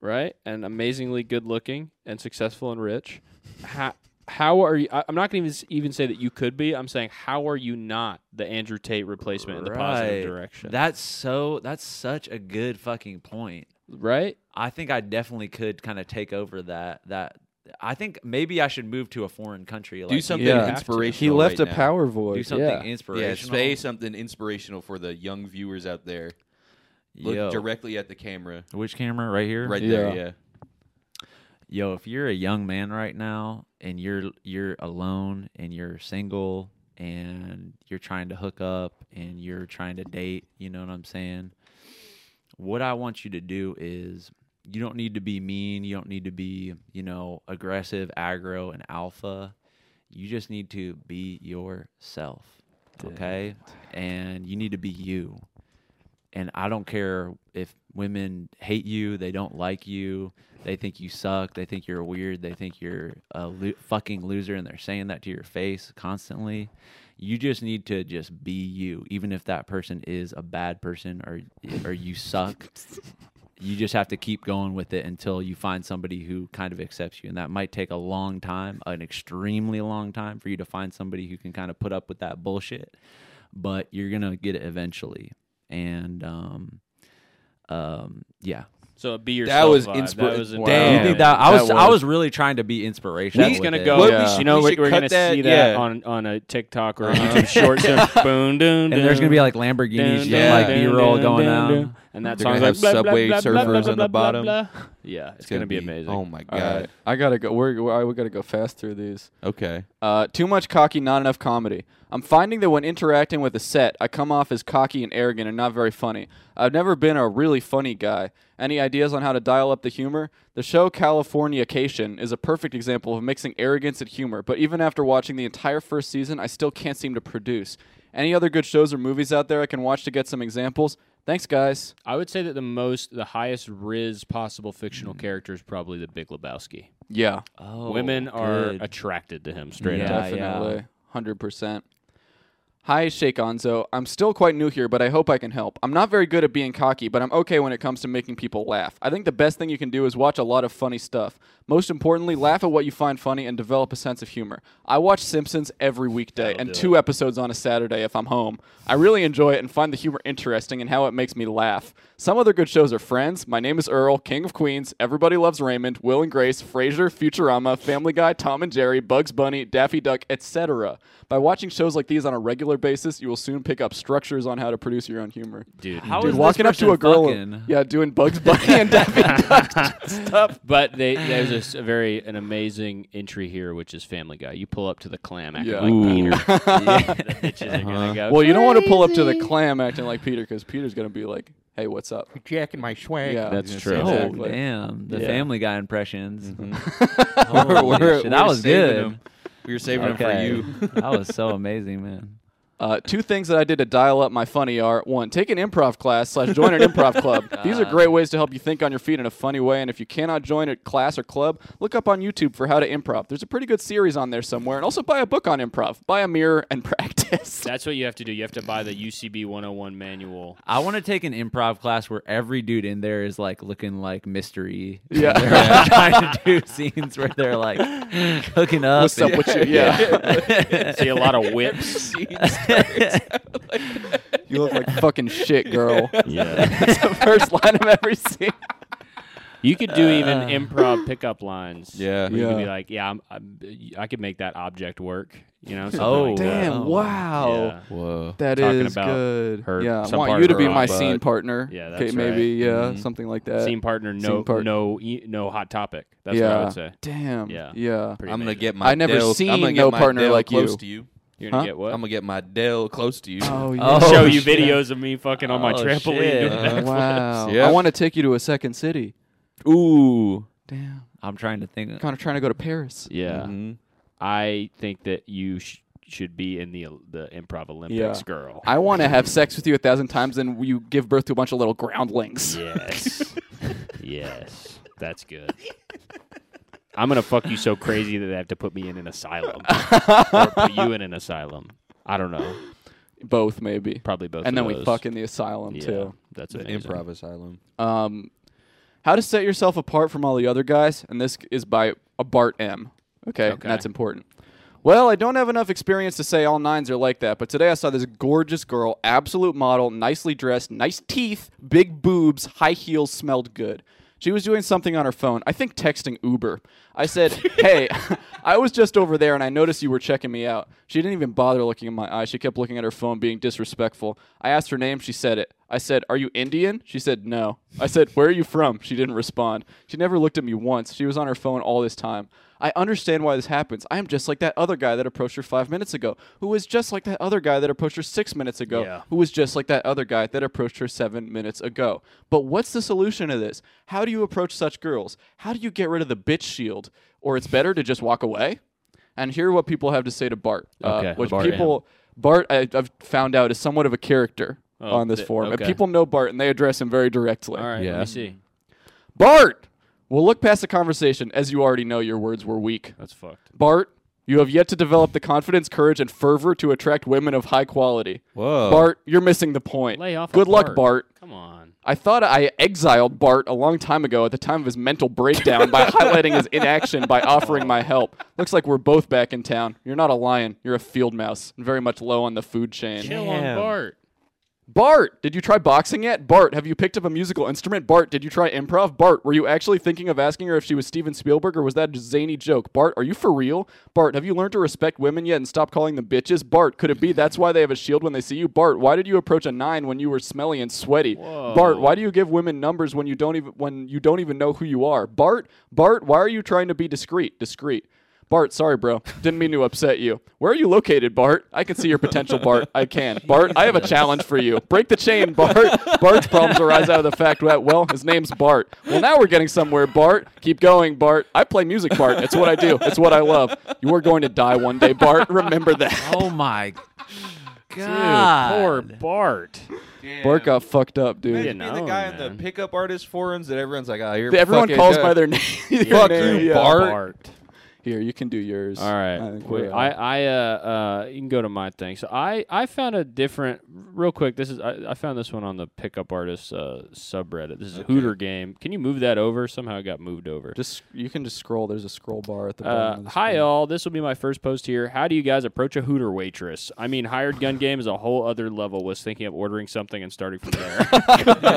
S2: right, and amazingly good looking and successful and rich. How, how are you? I, I'm not going to even even say that you could be. I'm saying how are you not the Andrew Tate replacement in the positive
S1: Right.
S2: direction?
S1: That's so. That's such a good fucking point.
S2: right.
S1: I think I definitely could kind of take over that. That I think maybe I should move to a foreign country. Like
S4: Do something
S3: Yeah.
S4: inspirational.
S3: He left
S4: right
S3: a
S4: now.
S3: power void.
S1: Do something
S3: yeah.
S4: Yeah,
S1: inspirational.
S4: say something inspirational for the young viewers out there. Look
S1: Yo.
S4: directly at the camera,
S1: Which camera? Right here.
S4: right
S3: Yeah.
S4: there. Yeah.
S1: yo if you're a young man right now and you're you're alone and you're single and you're trying to hook up and you're trying to date you know what i'm saying what i want you to do is you don't need to be mean you don't need to be you know aggressive aggro and alpha you just need to be yourself okay and you need to be you and I don't care if women hate you, they don't like you, they think you suck, they think you're weird, they think you're a lo- fucking loser, and they're saying that to your face constantly. You just need to just be you, even if that person is a bad person or or you suck. You just have to keep going with it until you find somebody who kind of accepts you. And that might take a long time, an extremely long time for you to find somebody who can kind of put up with that bullshit. But you're going to get it eventually and um, um, yeah.
S2: So be yourself.
S4: That was
S2: vibe.
S4: inspira-
S2: That was
S4: Wow.
S1: You
S4: Damn.
S1: think that I
S3: That
S1: was, I
S3: was-
S1: was really trying to be inspirational.
S2: That's
S1: with
S2: gonna
S1: it.
S2: go.
S4: What
S3: we
S2: yeah.
S3: should-
S2: you know,
S4: we
S2: we
S4: should
S2: are
S4: cut
S2: gonna
S4: that-
S2: see that
S4: yeah.
S2: on on a TikTok or a YouTube short. soon. Boom, doom,
S1: And there's gonna be like Lamborghinis, just like B roll going
S2: down,
S1: on.
S2: and that
S4: They're
S2: song's
S4: gonna
S2: like
S4: have
S2: blah, blah,
S4: Subway
S2: blah, blah,
S4: surfers
S2: blah,
S4: on the
S2: blah,
S4: bottom.
S2: blah, blah. Yeah, it's, gonna, be, amazing.
S4: Oh my
S3: All
S4: god.
S3: right. I gotta go. We're, we're we gotta go fast through these.
S4: Okay.
S3: Uh, too much cocky, not enough comedy. I'm finding that when interacting with a set, I come off as cocky and arrogant and not very funny. I've never been a really funny guy. Any ideas on how to dial up the humor? The show Californication is a perfect example of mixing arrogance and humor, but even after watching the entire first season, I still can't seem to produce. Any other good shows or movies out there I can watch to get some examples? Thanks, guys.
S2: I would say that the most, the highest riz possible fictional character is probably the Big Lebowski.
S3: Yeah,
S1: Oh,
S2: Women are
S1: good.
S2: attracted to him straight
S1: Yeah.
S2: up.
S3: Definitely. 100%. Hi, Shake Onzo. I'm still quite new here, but I hope I can help. I'm not very good at being cocky, but I'm okay when it comes to making people laugh. I think the best thing you can do is watch a lot of funny stuff. Most importantly, laugh at what you find funny and develop a sense of humor. I watch Simpsons every weekday and two episodes on a Saturday if I'm home. I really enjoy it and find the humor interesting and how it makes me laugh. Some other good shows are Friends, My Name is Earl, King of Queens, Everybody Loves Raymond, Will and Grace, Frasier, Futurama, Family Guy, Tom and Jerry, Bugs Bunny, Daffy Duck, etc. By watching shows like these on a regular basis, you will soon pick up structures on how to produce your own humor.
S2: Dude.
S1: How
S3: Dude,
S1: is this
S3: walking up to
S1: person
S3: a girl,
S1: fucking-
S3: yeah, doing Bugs Bunny and Daffy Duck stuff.
S2: But they, there's a s- a very an amazing entry here, which is Family Guy. You pull up to the clam acting
S3: Yeah.
S2: like
S4: Ooh.
S2: Peter. the bitches are gonna go.
S3: Well, you don't want to pull up to the clam acting like Peter because Peter's gonna be like, "Hey, what's up?"
S4: Jack and my swag.
S3: Yeah.
S2: That's
S4: Yes,
S2: true.
S1: Oh
S3: Exactly.
S1: damn! The
S2: Yeah.
S1: Family Guy impressions.
S4: We're-
S1: Holy
S4: we're-
S1: shit, that
S4: we're
S1: was
S4: saving
S1: good.
S4: them. We were saving them for you.
S1: that was so amazing, man.
S3: Uh, two things that I did to dial up my funny are one, take an improv class slash join an improv club. These are great ways to help you think on your feet in a funny way. And if you cannot join a class or club, look up on YouTube for how to improv. There's a pretty good series on there somewhere. And also buy a book on improv, buy a mirror, and practice.
S2: That's what you have to do. You have to buy the UCB 101 manual.
S1: I want to take an improv class where every dude in there is like looking like mystery.
S3: Yeah.
S1: They're trying to do scenes where they're like hooking up.
S3: What's up
S1: and-
S3: with you? Yeah.
S2: See a lot of whips.
S3: you look like fucking shit, girl.
S2: Yeah.
S3: That's the first line of every scene.
S2: You could do even improv pickup lines.
S4: Yeah.
S2: You could be
S3: Yeah.
S2: like, yeah, I'm, I'm, I could make that object work. You know. something
S1: Oh,
S2: like that.
S3: Damn,
S1: Oh.
S3: wow.
S2: Yeah.
S4: Whoa.
S3: That is
S2: Talking about
S3: good.
S2: her-
S3: yeah, I
S2: some
S3: want
S2: part
S3: you
S2: of
S3: to
S2: her
S3: be
S2: own
S3: my
S4: butt.
S3: scene partner.
S2: Yeah,
S3: Okay,
S2: that's Mm-hmm.
S3: maybe yeah,
S4: Mhm.
S3: something like that.
S2: Scene partner, no,
S3: Uh, Scene part-
S2: no, e- no hot topic. That's
S3: yeah.
S2: what I would say.
S3: Damn.
S2: Yeah.
S3: Yeah.
S2: Pretty
S4: I'm gonna
S2: amazing.
S4: get my.
S3: I never
S4: Dell- I'm
S3: seen
S4: gonna get
S3: no
S4: my
S3: partner
S4: Dell
S3: like
S4: close
S3: you.
S4: to you.
S2: You're gonna
S3: Huh?
S2: get what?
S4: I'm gonna get my Dell close to you.
S1: yeah.
S2: show
S1: Oh,
S2: you
S1: shit.
S2: videos of me fucking on my
S1: Oh,
S2: trampoline.
S1: shit.
S2: doing
S4: Uh,
S2: that.
S3: Wow.
S4: Yeah.
S3: I want to take you to a second city.
S4: Ooh.
S3: Damn.
S1: I'm trying to think.
S3: Kind of trying to go to Paris.
S2: Yeah,
S4: Mhm.
S2: I think that you sh- should be in the the improv Olympics,
S3: Yeah.
S2: girl.
S3: I want to have sex with you a thousand times, and you give birth to a bunch of little groundlings.
S2: yes, yes, that's good. I'm gonna fuck you so crazy that they have to put me in an asylum, or put you in an asylum. I don't know.
S3: Both, maybe.
S2: Probably both.
S3: and
S2: of
S3: then we
S2: those.
S3: fuck in the asylum
S2: yeah,
S3: too.
S2: That's
S4: The
S2: amazing.
S4: improv asylum.
S3: Um, how to set yourself apart from all the other guys, and this is by a Bart M. Okay, and
S2: Okay.
S3: that's important. Well, I don't have enough experience to say all nines are like that, but today I saw this gorgeous girl, absolute model, nicely dressed, nice teeth, big boobs, high heels, smelled good. She was doing something on her phone, I think texting Uber. I said, Hey, I was just over there and I noticed you were checking me out. She didn't even bother looking in my eye. She kept looking at her phone, being disrespectful. I asked her name. She said it. I said, Are you Indian? She said, No. I said, Where are you from? She didn't respond. She never looked at me once. She was on her phone all this time. I understand why this happens. I am just like that other guy that approached her five minutes ago, who was just like that other guy that approached her six minutes ago,
S2: Yeah.
S3: who was just like that other guy that approached her seven minutes ago. But what's the solution to this? How do you approach such girls? How do you get rid of the bitch shield? Or it's better to just walk away? And hear what people have to say to Bart, uh,
S2: Okay,
S3: which
S2: Bart, yeah.
S3: people Bart I, I've found out is somewhat of a character
S2: Oh,
S3: on this
S2: th-
S3: forum, and
S2: okay.
S3: people know Bart and they address him very directly.
S2: All right, let
S1: Yeah.
S2: me see.
S3: Bart, we'll look past the conversation as you already know your words were weak.
S2: That's fucked.
S3: Bart, you have yet to develop the confidence, courage, and fervor to attract women of high quality.
S4: Whoa.
S3: Bart, you're missing the point.
S2: Lay off. of
S3: Good luck,
S2: Bart.
S3: Bart.
S2: Come on.
S3: I thought I exiled Bart a long time ago at the time of his mental breakdown by highlighting his inaction by offering my help. Looks like we're both back in town. You're not a lion, you're a field mouse, and very much low on the food chain.
S2: Chill on
S1: Damn.
S2: Bart.
S3: Bart, did you try boxing yet? Bart, have you picked up a musical instrument? Bart, did you try improv? Bart, were you actually thinking of asking her if she was Steven Spielberg or was that a zany joke? Bart, are you for real? Bart, have you learned to respect women yet and stop calling them bitches? Bart, could it be that's why they have a shield when they see you? Bart, why did you approach a nine when you were smelly and sweaty? Bart, why do you give women numbers when you don't even when you don't even know who you are? Bart, Bart, why are you trying to be discreet? Discreet. Bart, sorry, bro. Didn't mean to upset you. Where are you located, Bart? I can see your potential, Bart. I can. Bart, I have a challenge for you. Break the chain, Bart. Bart's problems arise out of the fact that, well, his name's Bart. Well, now we're getting somewhere, Bart. Keep going, Bart. I play music, Bart. It's what I do, it's what I love. You are going to die one day, Bart. Remember that.
S1: Oh my
S2: Dude,
S1: god!
S2: poor Bart.
S3: Bart got fucked up, dude.
S2: Yeah,
S4: Imagine being the
S2: no,
S4: guy in
S2: man.
S4: the pickup artist forums that everyone's like, oh, you're
S3: Everyone
S4: fucking
S3: calls
S4: good."
S3: by their name.
S4: Fuck
S3: Their
S4: you,
S3: name, yeah.
S4: Bart.
S3: Here, you can do yours.
S2: All right.
S3: I think
S2: Wait,
S3: we're-
S2: I, I, uh, uh, you can go to my thing. So I, I found a different, real quick. This is, I, I found this one on the pickup artists uh, subreddit. This is a Hooter game. Can you move that over? Somehow it got moved over.
S3: just you can just scroll. There's a scroll bar at the bottom.
S2: Uh,
S3: of the
S2: hi
S3: screen.
S2: all. This will be my first post here. How do you guys approach a Hooter waitress? I mean, hired gun game is a whole other level. Was thinking of ordering something and starting from there.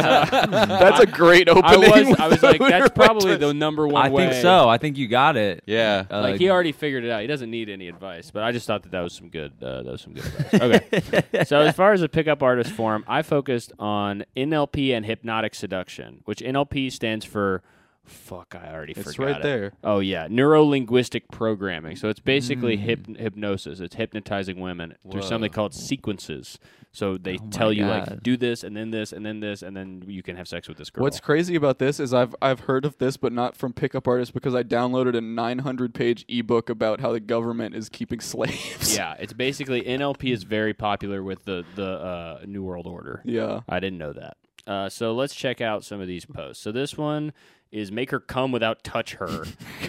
S3: That's a great opening.
S2: I was,
S3: with
S2: I was
S3: the
S2: like,
S3: Hooter
S2: that's probably
S3: waitress.
S2: the number
S1: I
S2: one.
S1: think
S2: way.
S1: so. I think you got it.
S4: Yeah.
S1: Uh,
S2: like he already figured it out. He doesn't need any advice. But I just thought that that was some good. Uh, that was some good. Advice. Okay. so as far as the pickup artist form, I focused on NLP and hypnotic seduction, which NLP stands for. Fuck, I already
S3: It's
S2: forgot
S3: right
S2: it.
S3: there.
S2: Oh yeah, neuro linguistic programming. So it's basically
S3: Mm.
S2: hyp- hypnosis. It's hypnotizing women through something called sequences. So they
S3: Oh
S2: tell you like
S1: God.
S2: do this and then this and then this and then you can have sex with this girl.
S3: What's crazy about this is I've I've heard of this, but not from pickup artists because I downloaded a 900 page ebook about how the government is keeping slaves.
S2: yeah, it's basically NLP is very popular with the the uh, New World Order.
S3: yeah.
S2: I didn't know that. Uh, so let's check out some of these posts. So this one is make her come without touch her.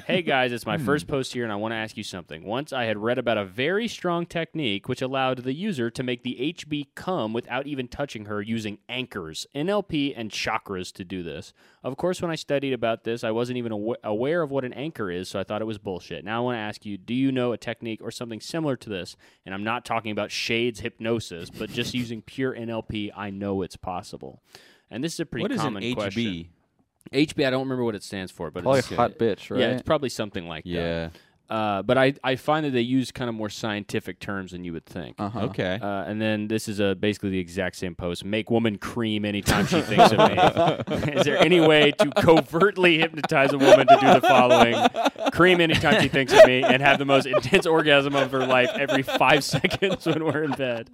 S2: hey guys, it's my first post here and I want to ask you something. Once I had read about a very strong technique which allowed the user to make the HB come without even touching her using anchors, NLP, and chakras to do this. Of course, when I studied about this, I wasn't even awa- aware of what an anchor is, so I thought it was bullshit. Now I want to ask you, do you know a technique or something similar to this? And I'm not talking about shades hypnosis, but just using pure NLP, I know it's possible. And this is a pretty
S4: What is an
S2: common
S4: HB?
S2: question. HB, I don't remember what it stands for, but
S3: Probably
S2: it's
S3: hot bitch, right?
S2: Yeah, it's probably something like that.
S4: Yeah.
S2: Uh, but I, I find that they use kind of more scientific terms than you would think.
S3: Uh-huh.
S4: Okay.
S2: Uh, and then this is uh, basically the exact same post. Make woman cream anytime she thinks of me. is there any way to covertly hypnotize a woman to do the following? Cream anytime she thinks of me and have the most intense orgasm of her life every five seconds when we're in bed.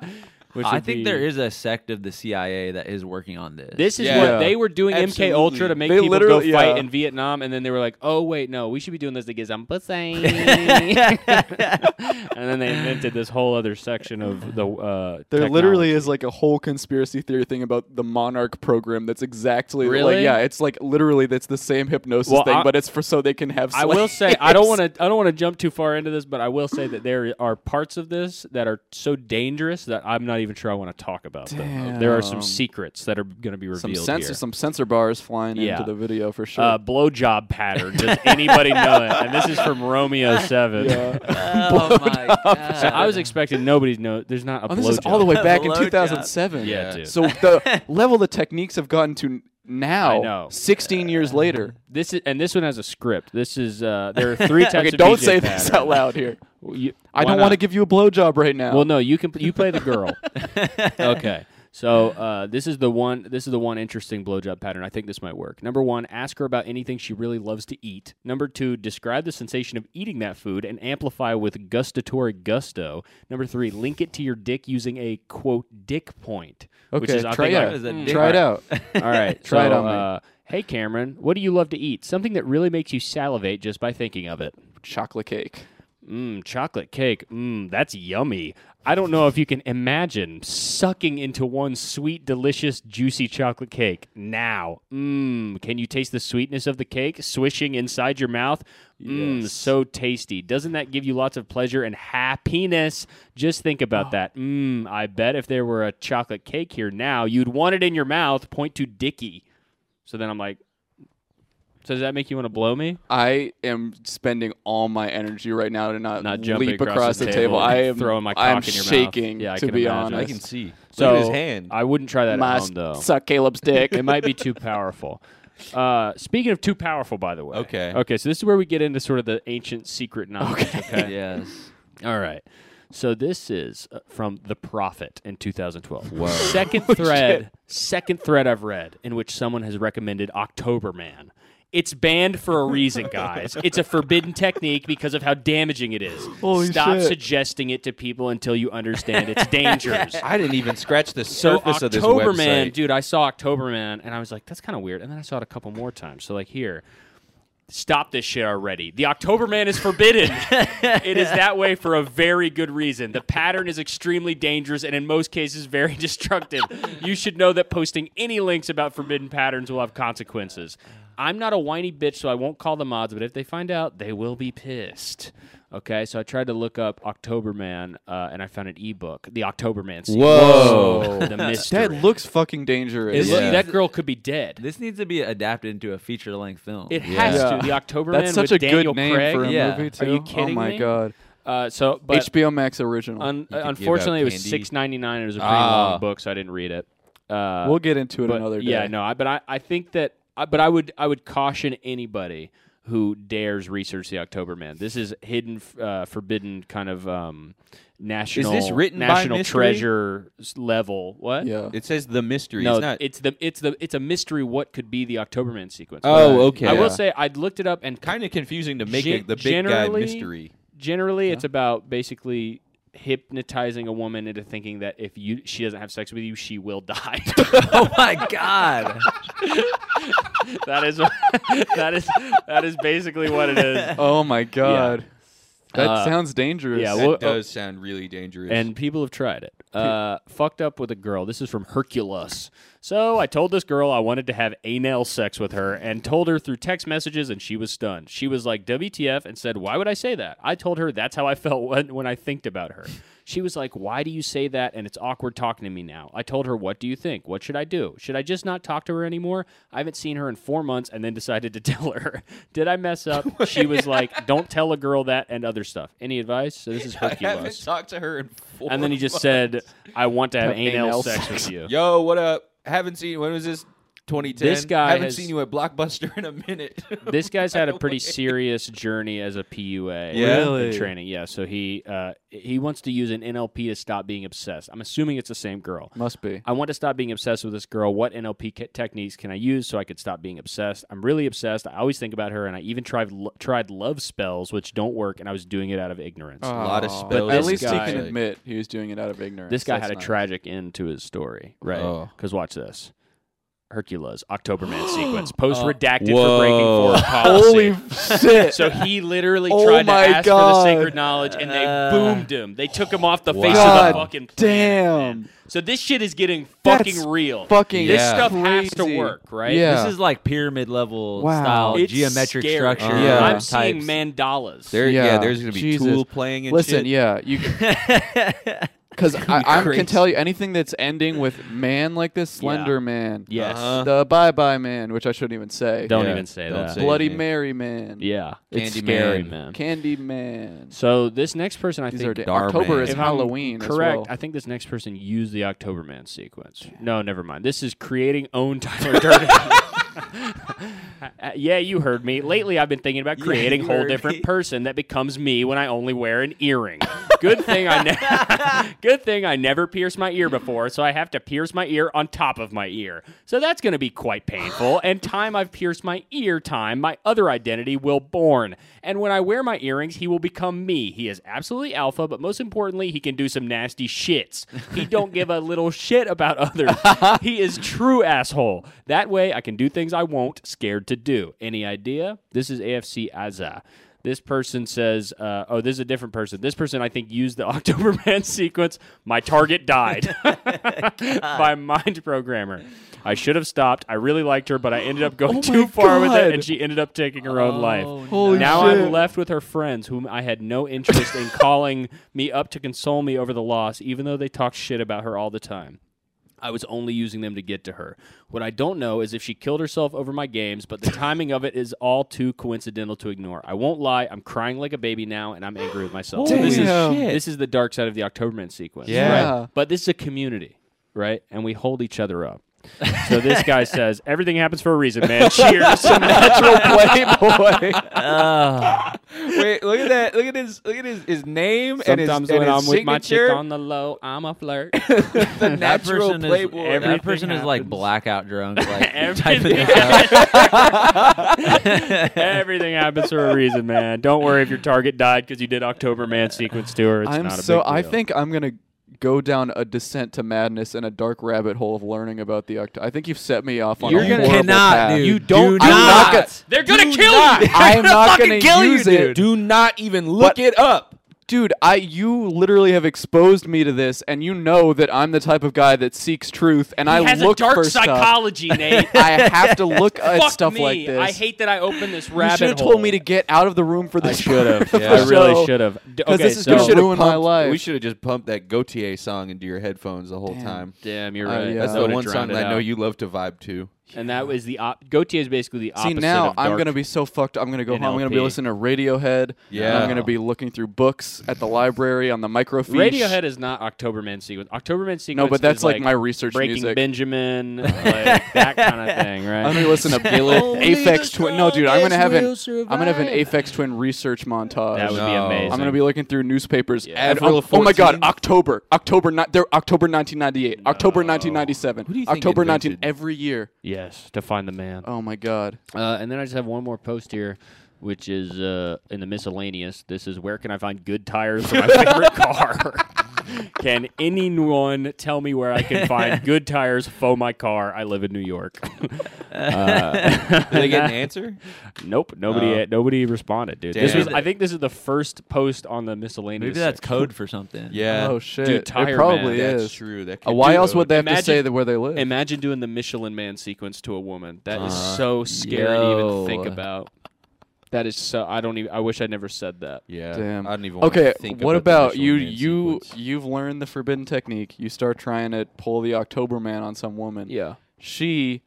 S2: Which
S1: I
S2: would
S1: think
S2: be-
S1: there is a sect of the CIA that is working on this.
S2: This is
S4: Yeah.
S2: what they were doing MK Ultra
S4: Absolutely.
S2: to make
S3: They
S2: people go fight
S3: literally- yeah.
S2: in Vietnam, and then they were like, "Oh wait, no, we should be doing this to get some pussy." and then they invented this whole other section of the. Uh,
S3: There literally
S2: technology.
S3: is like a whole conspiracy theory thing about the Monarch program that's exactly like
S2: Really?
S3: yeah, it's like literally that's the same hypnosis
S2: Well,
S3: thing,
S2: I-
S3: but it's for so they can have.
S2: I will say I don't want to I don't want to jump too far into this, but I will say that there are parts of this that are so dangerous that I'm not even sure I want to talk about them. There are some
S3: Damn.
S2: secrets that are going to be
S3: some
S2: revealed
S3: sensor
S2: here.
S3: some sensor bars flying
S2: Yeah.
S3: into the video for sure.
S2: uh, blowjob pattern. Does anybody know it? And this is from Romeo Seven.
S3: yeah.
S1: oh my god!
S2: So I was expecting nobody know. There's not a blowjob.
S3: oh, this is all the way back in
S1: Blowjob.
S3: 2007.
S2: Yeah, dude.
S3: So the level the techniques have gotten to now,
S2: I know.
S3: 16 years later.
S2: This is and this one has a script. This is uh, there are three types.
S3: Okay,
S2: of
S3: don't
S2: DJ
S3: say this
S2: patterns.
S3: out loud here.
S2: You-
S3: I
S2: why
S3: don't
S2: not?
S3: want to give you a blowjob right now.
S2: Well, no, you can you play the girl. okay. So uh, this is the one. This is the one interesting blowjob pattern. I think this might work. Number one, ask her about anything she really loves to eat. Number two, describe the sensation of eating that food and amplify with gustatory gusto. Number three, link it to your dick using a quote dick point. which
S3: Okay,
S2: is, I
S3: try
S2: think,
S3: it
S2: like-
S3: out.
S1: Is that
S3: Try it out.
S2: All right,
S3: Try it
S2: so,
S3: on me.
S2: Uh, hey, Cameron, what do you love to eat? Something that really makes you salivate just by thinking of it.
S3: Chocolate cake.
S2: Mmm, chocolate cake. Mmm, that's yummy. I don't know if you can imagine sucking into one sweet, delicious, juicy chocolate cake now. Mmm, can you taste the sweetness of the cake swishing inside your mouth? Mmm, so tasty. Doesn't that give you lots of pleasure and happiness? Just think about
S4: Oh.
S2: that. Mmm, I bet if there were a chocolate cake here now, you'd want it in your mouth. Point to Dicky. So then I'm like, so does that make you want to blow me?
S3: I am spending all my energy right now to not,
S2: Not jumping
S3: leap
S2: across
S3: across
S2: the
S3: the,
S2: table
S3: table.
S2: and
S3: I am
S2: throwing my
S3: I'm
S2: cock in your mouth.
S3: shaking,
S2: Yeah, I
S3: to
S2: can
S3: be
S2: imagine.
S4: I
S3: honest.
S4: can see.
S2: So
S4: Look at his hand.
S2: I wouldn't try that
S3: My
S2: at home though.
S3: suck Caleb's dick.
S2: it might be too powerful. Uh, speaking of too powerful, by the way.
S4: Okay.
S2: Okay, so this is where we get into sort of the ancient secret knowledge. Okay.
S1: Yes.
S2: All right. So this is uh, from The Prophet in 2012. Second thread, second thread I've read in which someone has recommended October Man. It's banned for a reason, guys. it's a forbidden technique because of how damaging it is.
S3: Holy
S2: Stop
S3: shit.
S2: suggesting it to people until you understand its dangers.
S4: I didn't even scratch the
S2: So
S4: surface of this
S2: October
S4: website.
S2: Man, dude, I saw October Man and I was like, that's kind of weird. And then I saw it a couple more times. So like here, stop this shit already. The October Man is forbidden. it is that way for a very good reason. The pattern is extremely dangerous and in most cases very destructive. You should know that posting any links about forbidden patterns will have consequences. I'm not a whiny bitch, so I won't call the mods, but if they find out, they will be pissed. Okay, so I tried to look up October Man, uh, and I found an ebook, The October Man. series.
S4: Whoa.
S2: the mystery.
S3: Oh. that looks fucking dangerous.
S2: It
S4: Yeah.
S2: look- That girl could be dead.
S1: This needs to be adapted into a feature length film.
S2: It
S4: Yeah.
S2: has
S3: Yeah.
S2: to. The October
S3: That's
S2: Man
S3: such
S2: with
S3: a
S2: Daniel
S3: good name
S2: Craig.
S3: for a
S1: Yeah.
S3: movie too.
S2: Are you kidding
S3: Oh my
S2: me?
S3: god.
S2: Uh, so, but
S3: HBO Max original.
S2: un-
S4: give out
S2: unfortunately, it was
S4: candy.
S2: six ninety nine. It was a pretty
S4: Ah.
S2: long book, so I didn't read it. Uh,
S3: we'll get into it
S2: but
S3: another day.
S2: yeah, no. I, but I, I think that. I, but I would, I would caution anybody who dares research the October Man. This is hidden, f- uh, forbidden, kind of um, national.
S4: written by
S2: national
S4: mystery?
S2: treasure s- level? What?
S3: Yeah.
S4: It says the mystery.
S2: No,
S4: it's not.
S2: it's the it's the it's a mystery. What could be the October Man sequence?
S4: oh, okay.
S2: I will say I looked it up and
S4: kind of confusing to make
S2: Gen-
S4: it the big guy
S2: generally- uh,
S4: mystery.
S2: generally it's about basically hypnotizing a woman into thinking that if you she doesn't have sex with you, she will die.
S1: oh my god!
S2: that is that is that is basically what it is.
S3: Oh my god. That
S2: Uh,
S3: sounds dangerous.
S2: yeah,
S4: That
S2: well-
S4: does sound really dangerous.
S2: And people have tried it. Uh, fucked up with a girl. This is from Hercules. So I told this girl I wanted to have anal sex with her and told her through text messages, and she was stunned. She was like, WTF, and said, Why would I say that? I told her that's how I felt when, when I thinked about her. She was like, Why do you say that? And it's awkward talking to me now. I told her, What do you think? What should I do? Should I just not talk to her anymore? I haven't seen her in four months and then decided to tell her. Did I mess up? she was like, Don't tell a girl that and other stuff. Any advice? So this is
S4: I haven't
S2: Hercules.
S4: talked to her in four.
S2: And then he just
S4: months.
S2: said, "I want to have
S3: Have
S2: anal
S3: anal
S2: sex with you."
S4: "Yo, what up? Haven't seen. When was this? 2010.
S2: This guy
S4: haven't
S2: has-
S4: seen you at Blockbuster in a minute.
S2: This guy's had a pretty
S4: Way.
S2: serious journey as a PUA.
S4: Yeah?
S1: Really?
S2: in training. Yeah, so he uh, he wants to use an NLP to stop being obsessed. I'm assuming it's the same girl.
S3: Must be.
S2: I want to stop being obsessed with this girl. What NLP ca- techniques can I use so I could stop being obsessed? I'm really obsessed. I always think about her, and I even tried lo- tried love spells, which don't work, and I was doing it out of ignorance.
S3: Oh,
S4: lot of
S3: but
S4: spells
S3: At
S2: this
S3: least
S2: guy-
S3: he can admit he was doing it out of ignorance.
S2: this guy
S3: That's
S2: had a
S3: nice.
S2: tragic end to his story, right?
S4: Oh.
S2: Because watch this. Hercules, Octoberman sequence, post redacted for
S4: Whoa.
S2: breaking foreign policy.
S3: Uh, Holy shit!
S2: So he literally
S3: Oh
S2: tried to
S3: my
S2: ask
S3: God.
S2: for the sacred knowledge, and they
S1: Uh,
S2: boomed him. They took him off the face
S3: God
S2: of the fucking planet.
S3: damn.
S2: So this shit is getting
S3: That's
S2: fucking real.
S3: Fucking
S2: this
S4: Yeah.
S2: stuff has to
S3: crazy.
S2: work, right?
S3: Yeah.
S1: This is like pyramid level
S3: Wow.
S1: style
S2: It's
S1: geometric
S2: scary.
S1: structure.
S3: Yeah.
S1: type
S2: I'm
S1: types.
S2: seeing mandalas.
S4: there, yeah.
S3: Yeah.
S4: there's gonna be
S3: Jesus.
S4: Tool playing and
S3: Listen,
S4: shit.
S3: yeah, you because I, I can tell you anything that's ending with man like this, Slender Man,
S2: Yes.
S4: Uh-huh.
S3: the Bye Bye Man, which I shouldn't even say,
S2: Don't
S4: Yeah,
S2: even say
S4: don't
S2: that.
S4: say it.
S3: Bloody
S4: man.
S3: Mary Man,
S2: Yeah. it's
S4: Candyman.
S2: scary, man.
S3: Candy Man.
S2: So this next person, I
S3: These are
S2: think,
S3: da-
S4: Dar
S3: October
S4: Man.
S3: is
S2: if I'm
S3: Halloween. as
S2: correct.
S3: well.
S2: I think this next person used the October Man sequence. No, never mind. This is creating own Tyler Durden. Uh, yeah, you heard me. Lately, I've been thinking about creating a
S4: you
S2: whole
S4: heard
S2: different
S4: me.
S2: person that becomes me when I only wear an earring. good thing I ne- good thing I never pierced my ear before, so I have to pierce my ear on top of my ear. So that's going to be quite painful. And time I've pierced my ear, time my other identity will born. And when I wear my earrings, he will become me. He is absolutely alpha, but most importantly, he can do some nasty shits. He don't give a little shit about others. he is true asshole. That way, I can do things I won't scared to do. Any idea? This is AFC Azza. This person says, uh, "Oh, this is a different person. This person, I think, used the October Man sequence. My target died by mind programmer. I should have stopped. I really liked her, but I ended up going
S3: Oh
S2: too
S3: my
S2: far with it,
S3: God. Oh,
S2: and she ended up taking her own life.
S3: Holy
S2: now
S3: shit.
S2: I'm left with her friends, whom I had no interest in calling me up to console me over the loss, even though they talked shit about her all the time." I was only using them to get to her. What I don't know is if she killed herself over my games, but the timing of it is all too coincidental to ignore. I won't lie, I'm crying like a baby now and I'm angry with myself. So this, is,
S3: Damn.
S2: this is the dark side of the Octoberman sequence.
S3: Yeah.
S2: Right? But this is a community, right? And we hold each other up. So this guy says, Everything happens for a reason, man. Cheers.
S3: Playboy.
S4: Wait, look at that. Look at his. Look at his, his name and
S2: Sometimes
S4: his, and
S2: when I'm
S4: his
S2: with my chick
S4: signature.
S2: on the low, I'm a flirt.
S4: the
S1: That
S4: natural
S1: person is
S4: playboy.
S1: that person is like
S2: happens.
S1: blackout drunk, like typing
S2: Everything
S1: this out.
S2: Everything happens for a reason, man. Don't worry if your target died because you did October Man sequence to her. It's
S3: I'm
S2: not a
S3: so.
S2: big deal.
S3: I think I'm gonna go down a descent to madness and a dark rabbit hole of learning about the October. I think you've set me off on
S2: You're
S3: a
S2: gonna-
S3: horrible
S1: Cannot,
S3: path.
S1: dude.
S2: You don't-
S1: Do
S3: I'm not
S1: not.
S3: gonna-
S2: they're gonna
S4: Do
S2: kill
S4: not-
S2: you.
S3: I'm not gonna use it.
S4: Do not even look
S3: But-
S4: it up.
S3: dude i you literally have exposed me to this and you know that i'm the type of guy that seeks truth and i
S2: He has
S3: look
S2: a dark
S3: for stuff
S2: psychology, Nate.
S3: i have to look at
S2: Fuck
S3: stuff
S2: me.
S3: like this
S2: I hate that I opened this
S3: you
S2: rabbit
S3: should have
S2: hole.
S3: told me to get out of the room for
S2: I
S3: this
S2: should have.
S3: part of
S4: yeah.
S2: I
S3: the show.
S2: really should have. D-
S3: 'Cause
S2: Okay,
S3: this is
S2: so
S3: gonna
S4: should've
S3: ruin my
S4: pumped-
S3: life.
S4: We should have just pumped that Gautier song into your headphones the whole
S3: Damn.
S4: time.
S2: damn, you're
S3: Uh,
S2: right.
S3: yeah.
S4: That's
S3: That
S4: the
S2: would've
S4: one song
S2: drowned it
S4: that I know
S2: out.
S4: you love to vibe to.
S2: And that was the op- Gautier is basically the
S3: See
S2: opposite.
S3: now,
S2: of
S3: I'm
S2: dark.
S3: gonna be so fucked. up. I'm gonna go home. I'm gonna be
S2: NLP.
S3: listening to Radiohead. and
S4: Yeah.
S3: I'm gonna be looking through books at the library on the microfiche.
S2: Radiohead is not October Man sequence. October Man sequence.
S3: No, but that's
S2: is
S3: like,
S2: like
S3: my research
S2: Breaking
S3: music.
S2: Benjamin, like that kind of thing, right?
S3: I'm gonna listen to Gillet, Aphex Twin. No, dude, I'm gonna have an I'm gonna have an Aphex Twin research montage.
S2: that would be
S4: No.
S2: amazing.
S3: I'm gonna be looking through newspapers. and-
S4: Avril
S3: oh, oh my god,
S4: 14?
S3: October, October, ni- they're October 1998, October 1997,
S4: Who do you think
S3: October 19
S4: invented-
S3: every year.
S2: yes to find the man.
S3: Oh my god,
S2: Uh, and then I just have one more post here, which is uh, in the miscellaneous. This is where can I find good tires for my favorite car? can anyone tell me where I can find good tires for my car? I live in New York. Uh,
S4: Did I get an answer?
S2: nope, nobody
S4: Oh.
S2: nobody responded, dude. This
S4: Damn.
S2: was I think this is the first post on the miscellaneous.
S1: Maybe that's
S2: section.
S1: code for something.
S4: Yeah.
S3: oh shit,
S2: dude, Tire
S3: it probably
S4: that's
S3: is.
S4: true. That
S3: Uh, why
S4: could-
S3: else would they have to
S2: Imagine-
S3: say that where they live?
S2: Imagine doing the Michelin Man sequence to a woman. That is
S4: Uh,
S2: so scary
S1: yo.
S2: to even think about. That is so. I don't even. I wish I never said that.
S4: Yeah.
S3: Damn.
S4: I don't even wanna
S3: okay,
S4: think
S3: what
S4: about,
S3: about
S4: the
S3: you?
S4: Michelin Man
S3: You
S4: sequence.
S3: you've learned the forbidden technique. You start trying to pull the October man on some woman.
S2: Yeah.
S3: She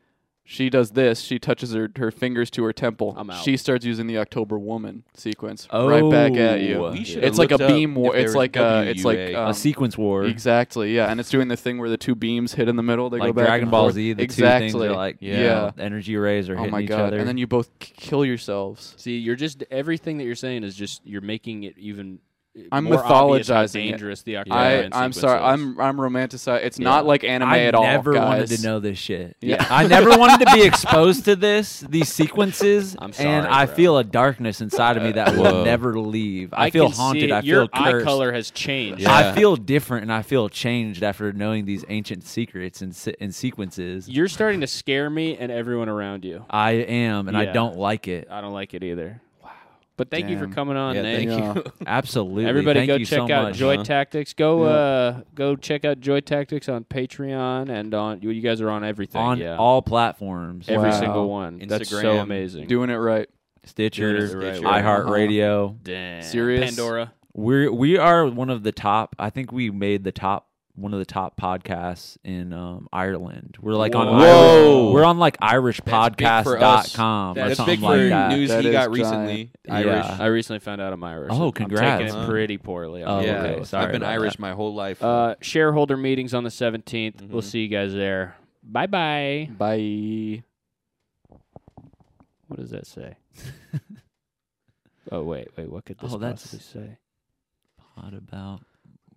S3: She does this. She touches her, her fingers to her temple.
S2: I'm out.
S3: She starts using the October Woman sequence right back at
S1: Oh.
S3: you.
S1: We
S4: should've
S1: should've
S3: It's like a
S4: looked up
S3: beam.
S4: if
S3: War,
S4: there
S3: it's
S4: was
S3: like uh, it's like
S4: WUA.
S1: a
S3: um,
S1: sequence war.
S3: Exactly. Yeah, and it's doing the thing where the two beams hit in the middle. They go
S1: Like
S3: back
S1: Dragon
S3: and
S1: Ball
S3: forth.
S1: Z, the
S3: exactly.
S1: two things are like, yeah,
S3: yeah.
S1: the energy rays are
S3: Oh
S1: hitting
S3: my
S1: each
S3: god!
S1: other.
S3: And then you both k- kill yourselves.
S2: See, you're just everything that you're saying is just you're making it even. uh,
S3: I'm
S2: more obvious how
S3: mythologizing it.
S2: dangerous the October
S3: I,
S2: Man
S3: I'm
S2: sequence
S3: sorry.
S2: is.
S3: I'm I'm romanticized. It's not like anime
S1: I
S3: at all.
S1: never
S3: guys.
S1: wanted to know this shit.
S3: Yeah.
S1: I never wanted to be exposed to this, these sequences,
S2: I'm
S1: and
S2: sorry,
S1: I
S2: bro.
S1: feel a darkness inside of me that will
S4: Whoa.
S1: never leave. I, feel
S2: can see
S1: haunted.
S2: it.
S1: I
S2: Your
S1: feel
S2: eye
S1: cursed.
S2: color has changed.
S4: Yeah.
S1: I feel different and I feel changed after knowing these ancient secrets and, se- and sequences.
S2: You're starting to scare me and everyone around you.
S1: I am, and I
S2: Yeah. Uh,
S1: don't like it.
S2: I don't like it either. Wow. But thank you
S3: Damn.
S2: for coming on,
S4: Yeah,
S2: Nate.
S4: thank
S3: Yeah.
S4: you.
S1: Absolutely.
S2: Everybody
S1: Thank
S2: go
S1: you
S2: check
S1: so
S2: out
S1: much.
S2: Joy
S4: huh?
S2: Tactics. Go
S3: Yeah.
S2: uh go check out Joy Tactics on Patreon and on you guys are on everything.
S1: on
S2: yeah.
S1: all platforms.
S2: every
S3: Wow.
S2: single one. That's so
S4: Instagram,
S2: amazing. Uh-huh.
S3: Doing it right.
S1: Stitcher,
S2: Doing it the right way.
S1: iHeartRadio.
S2: Damn.
S3: Serious?
S2: Pandora.
S1: We're we are one of the top. I think we made the top one of the top podcasts in um, Ireland. We're like on
S4: Whoa.
S1: Irish, we're on like irishpodcast.com
S4: That's big for us.
S1: or
S2: That's
S4: That's
S1: something
S4: big for
S1: like that.
S4: news
S3: That
S4: he
S3: is
S4: got
S3: giant.
S4: recently.
S1: Yeah.
S4: Irish.
S2: I recently found out I'm Irish.
S1: Oh,
S2: I'm
S1: congrats.
S2: taking it pretty poorly.
S1: Oh,
S2: I'm
S4: yeah,
S1: okay. Sorry
S4: I've been
S1: about
S4: Irish
S1: that.
S4: my whole life.
S2: Uh, shareholder meetings on the 17th.
S4: Mm-hmm.
S2: We'll see you guys there. Bye bye.
S3: Bye.
S2: What does that say? oh wait, wait. What could this
S1: Oh, that's-
S2: possibly say?
S1: What about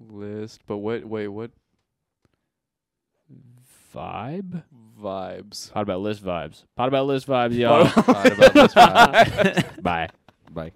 S3: List, but what? Wait, what
S2: Vibe.
S3: vibes?
S2: Pod about list vibes. Pod about list vibes, y'all.
S4: Thought about this one.
S2: Bye.
S4: Bye.